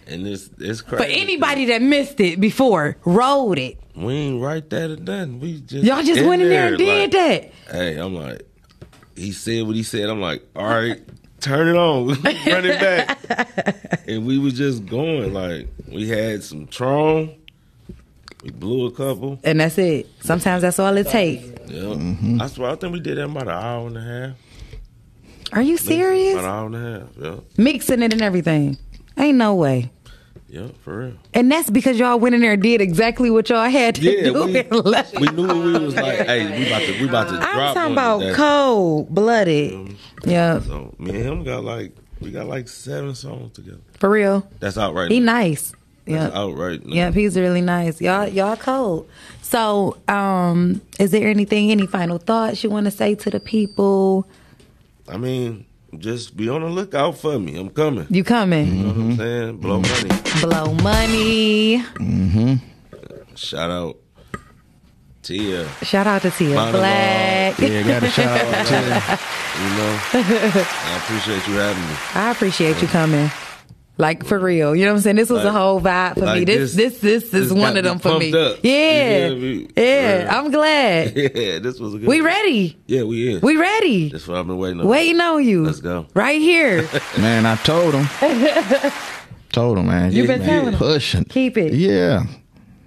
[SPEAKER 2] And it's it's crazy.
[SPEAKER 1] For anybody that missed it before, rode it.
[SPEAKER 2] we ain't right that or nothing. We just
[SPEAKER 1] Y'all just went in there and did
[SPEAKER 2] like,
[SPEAKER 1] that.
[SPEAKER 2] Hey, I'm like, he said what he said. I'm like, all right, turn it on, *laughs* run it
[SPEAKER 1] *laughs*
[SPEAKER 2] back. and we was just going like we had some Tron. We blew a couple.
[SPEAKER 1] and that's it. Sometimes that's all it takes.
[SPEAKER 2] Yeah.
[SPEAKER 1] Mm-hmm.
[SPEAKER 2] I swear, I think we did that in about an hour and a half.
[SPEAKER 1] Are you
[SPEAKER 2] About an
[SPEAKER 1] serious?
[SPEAKER 2] hour and a half. Yeah.
[SPEAKER 1] Mixing it and everything. Ain't no way.
[SPEAKER 2] Yeah, for real.
[SPEAKER 1] And that's because y'all went in there and did exactly what y'all had to
[SPEAKER 2] Yeah,
[SPEAKER 1] do. *laughs*
[SPEAKER 2] we,
[SPEAKER 1] and left.
[SPEAKER 2] we knew we was like, hey, we about to, we about to
[SPEAKER 1] I'm
[SPEAKER 2] drop
[SPEAKER 1] talking
[SPEAKER 2] one
[SPEAKER 1] about
[SPEAKER 2] today.
[SPEAKER 1] cold blooded.
[SPEAKER 2] Um,
[SPEAKER 1] Yeah,
[SPEAKER 2] So me and him got like, we got like seven songs together.
[SPEAKER 1] for real.
[SPEAKER 2] That's out right
[SPEAKER 1] He
[SPEAKER 2] now.
[SPEAKER 1] nice.
[SPEAKER 2] That's
[SPEAKER 1] Yeah.
[SPEAKER 2] out right now.
[SPEAKER 1] Yep, he's really nice. Y'all y'all cold. So, um, is there anything, any final thoughts you wanna say to the people?
[SPEAKER 2] I mean, just be on the lookout for me. I'm coming.
[SPEAKER 1] You coming.
[SPEAKER 2] You know what I'm saying? Blow money.
[SPEAKER 1] Blow money.
[SPEAKER 2] Shout out Tia.
[SPEAKER 1] Shout out to Tia
[SPEAKER 2] Monologue.
[SPEAKER 1] Black.
[SPEAKER 3] Yeah, got a shout out to you.
[SPEAKER 1] *laughs*
[SPEAKER 2] You know, I appreciate you having me. *laughs*
[SPEAKER 1] I appreciate you coming. Like for real, you know what I'm saying. This was a
[SPEAKER 2] Like-
[SPEAKER 1] whole vibe for me.
[SPEAKER 2] like
[SPEAKER 1] This this
[SPEAKER 2] this-
[SPEAKER 1] this, is
[SPEAKER 2] this
[SPEAKER 1] one
[SPEAKER 2] got
[SPEAKER 1] of
[SPEAKER 2] me
[SPEAKER 1] them for me.
[SPEAKER 2] pumped up. You
[SPEAKER 1] Yeah,
[SPEAKER 2] feel me?
[SPEAKER 1] yeah.
[SPEAKER 2] Yeah.
[SPEAKER 1] I'm glad.
[SPEAKER 2] Yeah, this was a good.
[SPEAKER 1] We
[SPEAKER 2] one.
[SPEAKER 1] ready.
[SPEAKER 2] Yeah, we is.
[SPEAKER 1] We
[SPEAKER 2] *laughs*
[SPEAKER 1] ready.
[SPEAKER 2] That's what I've been waiting on.
[SPEAKER 1] Waiting on you.
[SPEAKER 2] Let's go.
[SPEAKER 1] Right
[SPEAKER 3] *laughs*
[SPEAKER 1] here.
[SPEAKER 3] Man, I
[SPEAKER 1] *laughs*
[SPEAKER 3] told him. told him, man.
[SPEAKER 1] You been
[SPEAKER 3] man,
[SPEAKER 1] telling him.
[SPEAKER 3] pushing.
[SPEAKER 1] Keep it.
[SPEAKER 3] Yeah,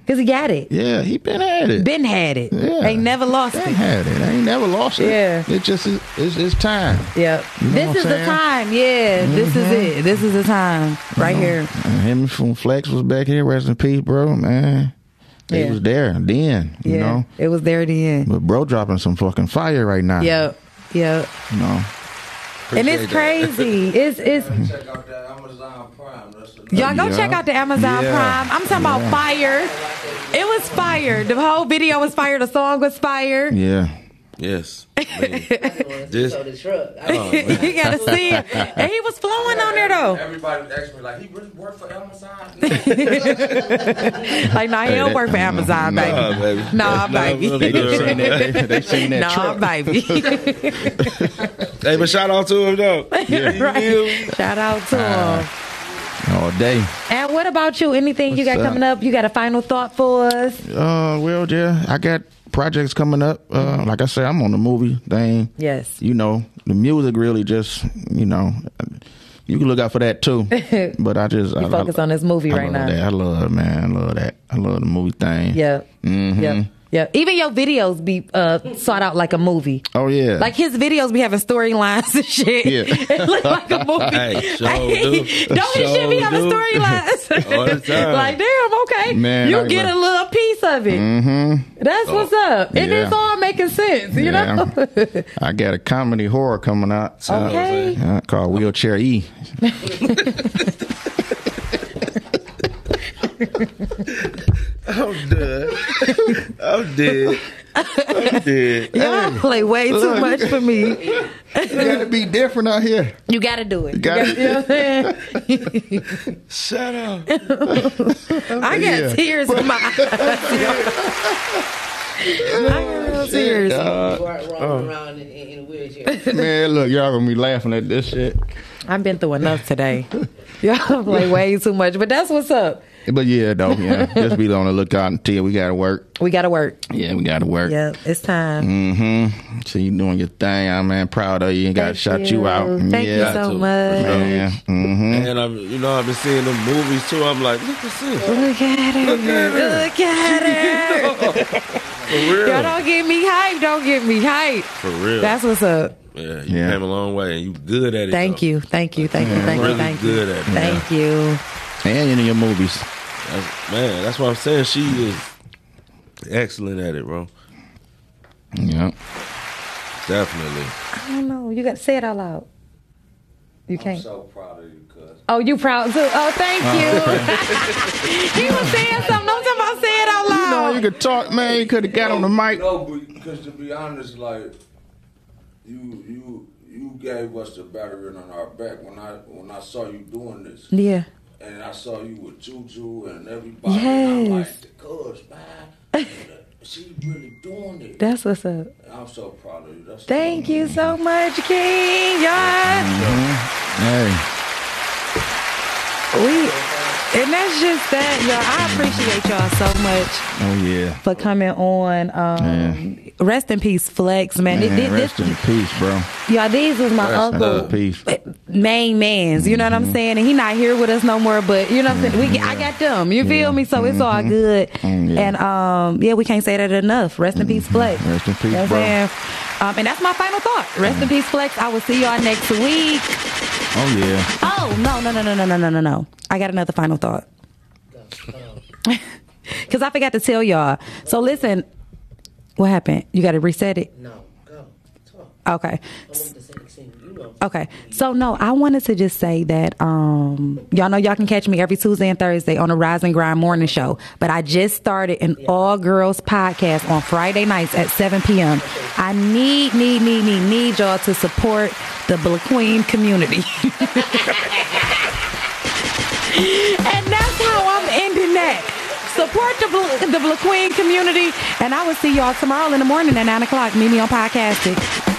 [SPEAKER 1] Cause he got it.
[SPEAKER 3] yeah. He been at it.
[SPEAKER 1] Been had it.
[SPEAKER 3] Yeah.
[SPEAKER 1] Ain't never lost
[SPEAKER 3] Been
[SPEAKER 1] it.
[SPEAKER 3] had it. Ain't never lost it.
[SPEAKER 1] Yeah.
[SPEAKER 3] It just is, it's it's time.
[SPEAKER 1] Yep.
[SPEAKER 3] You know
[SPEAKER 1] This
[SPEAKER 3] what
[SPEAKER 1] is
[SPEAKER 3] I'm
[SPEAKER 1] the
[SPEAKER 3] saying?
[SPEAKER 1] time. Yeah. This is it. This is the time. Right here.
[SPEAKER 3] And him from Flex was back here. Rest in peace, bro. Man,
[SPEAKER 1] Yeah.
[SPEAKER 3] he was there then. You
[SPEAKER 1] yeah.
[SPEAKER 3] know,
[SPEAKER 1] It was there at the end.
[SPEAKER 3] but bro, dropping some fucking fire right now.
[SPEAKER 1] Yep. Yep.
[SPEAKER 3] You know,
[SPEAKER 1] and it's
[SPEAKER 2] Appreciate that. *laughs*
[SPEAKER 1] crazy. it's it's
[SPEAKER 4] Check out that Amazon Prime. That's another.
[SPEAKER 1] Y'all go
[SPEAKER 3] Yeah.
[SPEAKER 1] check out the Amazon
[SPEAKER 3] Yeah.
[SPEAKER 1] Prime. I'm talking about
[SPEAKER 3] Yeah.
[SPEAKER 1] fire. It was fire. The whole video was fire. The song was fire.
[SPEAKER 3] yeah.
[SPEAKER 1] *laughs*
[SPEAKER 2] Yes. Man,
[SPEAKER 8] This
[SPEAKER 2] This-
[SPEAKER 8] the truck.
[SPEAKER 1] you gotta see it. And he was flowing on there though. *laughs*
[SPEAKER 4] Everybody was asking me like, he really worked for Amazon.
[SPEAKER 1] Like, nah, he don't
[SPEAKER 3] that-
[SPEAKER 1] work for Amazon, baby.
[SPEAKER 2] Nah, baby.
[SPEAKER 1] Nah,
[SPEAKER 2] That's not
[SPEAKER 1] baby.
[SPEAKER 2] what
[SPEAKER 1] *laughs*
[SPEAKER 2] I'm doing right now.
[SPEAKER 3] they seen that *laughs*
[SPEAKER 1] Nah,
[SPEAKER 3] truck.
[SPEAKER 1] baby.
[SPEAKER 3] *laughs*
[SPEAKER 1] *laughs*
[SPEAKER 2] hey, but shout out to him though.
[SPEAKER 1] right. Shout out to
[SPEAKER 3] Ah.
[SPEAKER 1] him.
[SPEAKER 3] all day.
[SPEAKER 1] And what about you? Anything you got
[SPEAKER 3] What's up?
[SPEAKER 1] coming up? You got a final thought for us?
[SPEAKER 3] Uh, well, yeah, I got projects coming up. Uh, like I said, I'm on the movie thing.
[SPEAKER 1] Yes.
[SPEAKER 3] You know, the music really just, you know, you can look out for
[SPEAKER 1] *laughs*
[SPEAKER 3] that too. but I just, I,
[SPEAKER 1] focus
[SPEAKER 3] I,
[SPEAKER 1] on this movie
[SPEAKER 3] I
[SPEAKER 1] right
[SPEAKER 3] love
[SPEAKER 1] now.
[SPEAKER 3] That. I love, it, man, I love that. I love the movie thing.
[SPEAKER 1] Yep.
[SPEAKER 3] Mm-hmm.
[SPEAKER 1] Yep. Yep. Even your videos be uh, sought out like a movie.
[SPEAKER 3] Oh yeah.
[SPEAKER 1] Like his videos be having storylines and shit.
[SPEAKER 3] Yeah.
[SPEAKER 1] *laughs* it look like a
[SPEAKER 3] *laughs*
[SPEAKER 1] movie.
[SPEAKER 2] Hey, sure
[SPEAKER 1] *laughs*
[SPEAKER 2] do.
[SPEAKER 1] Don't his shit be
[SPEAKER 2] Sure
[SPEAKER 1] having
[SPEAKER 2] do.
[SPEAKER 3] *laughs*
[SPEAKER 1] storylines?
[SPEAKER 2] All the time.
[SPEAKER 1] like, damn, okay.
[SPEAKER 3] Man,
[SPEAKER 1] you
[SPEAKER 3] I
[SPEAKER 1] get
[SPEAKER 3] love-
[SPEAKER 1] a little piece of it.
[SPEAKER 3] mm-hmm.
[SPEAKER 1] That's what's up. And
[SPEAKER 3] Yeah.
[SPEAKER 1] it's all making sense, you
[SPEAKER 3] Yeah.
[SPEAKER 1] know? *laughs*
[SPEAKER 3] I got a comedy horror coming out. uh,
[SPEAKER 1] okay.
[SPEAKER 3] uh, called Wheelchair E.
[SPEAKER 1] *laughs*
[SPEAKER 2] I'm done. I'm dead. I'm dead.
[SPEAKER 1] Y'all play way too
[SPEAKER 3] look.
[SPEAKER 1] much for me.
[SPEAKER 3] You gotta be different out here.
[SPEAKER 1] You gotta do it. You
[SPEAKER 3] gotta-
[SPEAKER 1] gotta- you know what I'm saying?
[SPEAKER 2] Shout out.
[SPEAKER 1] *laughs* I got
[SPEAKER 3] Yeah.
[SPEAKER 1] tears in my *laughs* eyes. y'all. I got real tears.
[SPEAKER 8] You are rolling around in, in, in a wheelchair.
[SPEAKER 3] Uh, Man, look, y'all gonna be laughing at this shit.
[SPEAKER 1] I've been through enough today. *laughs* Y'all play way too much, but that's what's up.
[SPEAKER 3] But yeah,
[SPEAKER 1] *laughs*
[SPEAKER 3] though, yeah, just be on the lookout until we gotta work.
[SPEAKER 1] We gotta work.
[SPEAKER 3] Yeah, we gotta work.
[SPEAKER 1] Yep, it's time.
[SPEAKER 3] Mm-hmm. So you doing your thing, I'm man. Proud of you. Ain't gotta
[SPEAKER 1] Thank
[SPEAKER 3] shout you, out.
[SPEAKER 1] Thank
[SPEAKER 3] yeah.
[SPEAKER 1] you so
[SPEAKER 2] to.
[SPEAKER 1] much.
[SPEAKER 3] Yeah. Mm-hmm.
[SPEAKER 2] And I'm, you know, I've been seeing them movies too. I'm like, look at this.
[SPEAKER 1] Look at her. Look at her.
[SPEAKER 2] For real.
[SPEAKER 1] Y'all don't get me hype. Don't get me hype.
[SPEAKER 2] For real.
[SPEAKER 1] That's what's up.
[SPEAKER 2] yeah, you
[SPEAKER 3] Yeah.
[SPEAKER 2] came a long way and you good at it.
[SPEAKER 1] Thank
[SPEAKER 2] though.
[SPEAKER 1] you. Thank you. Thank you. Thank you.
[SPEAKER 2] Mm-hmm. Really
[SPEAKER 1] Thank you.
[SPEAKER 2] good at it.
[SPEAKER 1] Thank you.
[SPEAKER 3] And in your movies.
[SPEAKER 2] That's, man, that's what I'm saying. She is excellent at it, bro.
[SPEAKER 3] Yeah.
[SPEAKER 2] Definitely.
[SPEAKER 1] I don't know. You got to say it out loud. You
[SPEAKER 3] Oh,
[SPEAKER 4] I'm
[SPEAKER 1] can't.
[SPEAKER 4] so proud of you, cuz.
[SPEAKER 1] Oh, you proud too? Oh, thank you. *laughs* he was saying something. Don't tell about say it out
[SPEAKER 3] Uh-huh. You know,
[SPEAKER 1] loud.
[SPEAKER 3] you could talk, man. You could have got on the mic.
[SPEAKER 4] No, because to be honest, like you, you, you gave us the battering on our back when I when I saw you doing this,
[SPEAKER 1] yeah.
[SPEAKER 4] and I saw you with Juju and everybody. And I'm
[SPEAKER 1] Yes.
[SPEAKER 4] like, the cuz
[SPEAKER 1] *laughs*
[SPEAKER 4] man, she really doing it.
[SPEAKER 1] That's what's up.
[SPEAKER 4] I'm so proud of you. That's
[SPEAKER 1] Thank you so much, King. Y'all.
[SPEAKER 3] Mm-hmm. Hey.
[SPEAKER 1] We and that's just that, y'all. I appreciate y'all so much
[SPEAKER 3] Oh yeah.
[SPEAKER 1] for coming on. Um,
[SPEAKER 3] Man.
[SPEAKER 1] Rest in peace, Flex, man. It-
[SPEAKER 3] Man,
[SPEAKER 1] it-
[SPEAKER 3] rest
[SPEAKER 1] this,
[SPEAKER 3] in peace, bro.
[SPEAKER 1] Y'all, these was my
[SPEAKER 2] Rest in
[SPEAKER 1] uncle
[SPEAKER 3] peace.
[SPEAKER 1] main man's. You know what
[SPEAKER 3] Mm-hmm.
[SPEAKER 1] I'm saying? And he not here with us no more. But you know what I'm saying? We I got them. You feel me? So it's all good.
[SPEAKER 3] Mm, yeah. Mm-hmm.
[SPEAKER 1] And um, yeah, we can't say that enough. Rest in peace, Flex.
[SPEAKER 3] Rest in peace,
[SPEAKER 1] You know what I'm
[SPEAKER 3] bro. Mm-hmm.
[SPEAKER 1] saying? Um, and that's my final thought. Rest in peace, Flex. I will see y'all next week.
[SPEAKER 3] Oh yeah.
[SPEAKER 1] Oh no no no no no no no no no! I got another final thought. Cause I forgot to tell y'all. So listen, what happened? You got to reset it.
[SPEAKER 8] No, go. Talk.
[SPEAKER 1] Okay.
[SPEAKER 8] I want to say the same. You know.
[SPEAKER 1] Okay. So no, I wanted to just say that um y'all know y'all can catch me every Tuesday and Thursday on the Rise and Grind morning show. But I just started an all girls podcast on Friday nights at seven PM. I need, need, need, need, need y'all to support the Black Queen community. *laughs* and that's how I'm ending that. Support the Bla- the Black Queen community, and I will see y'all tomorrow in the morning at nine o'clock. Meet me on podcasting.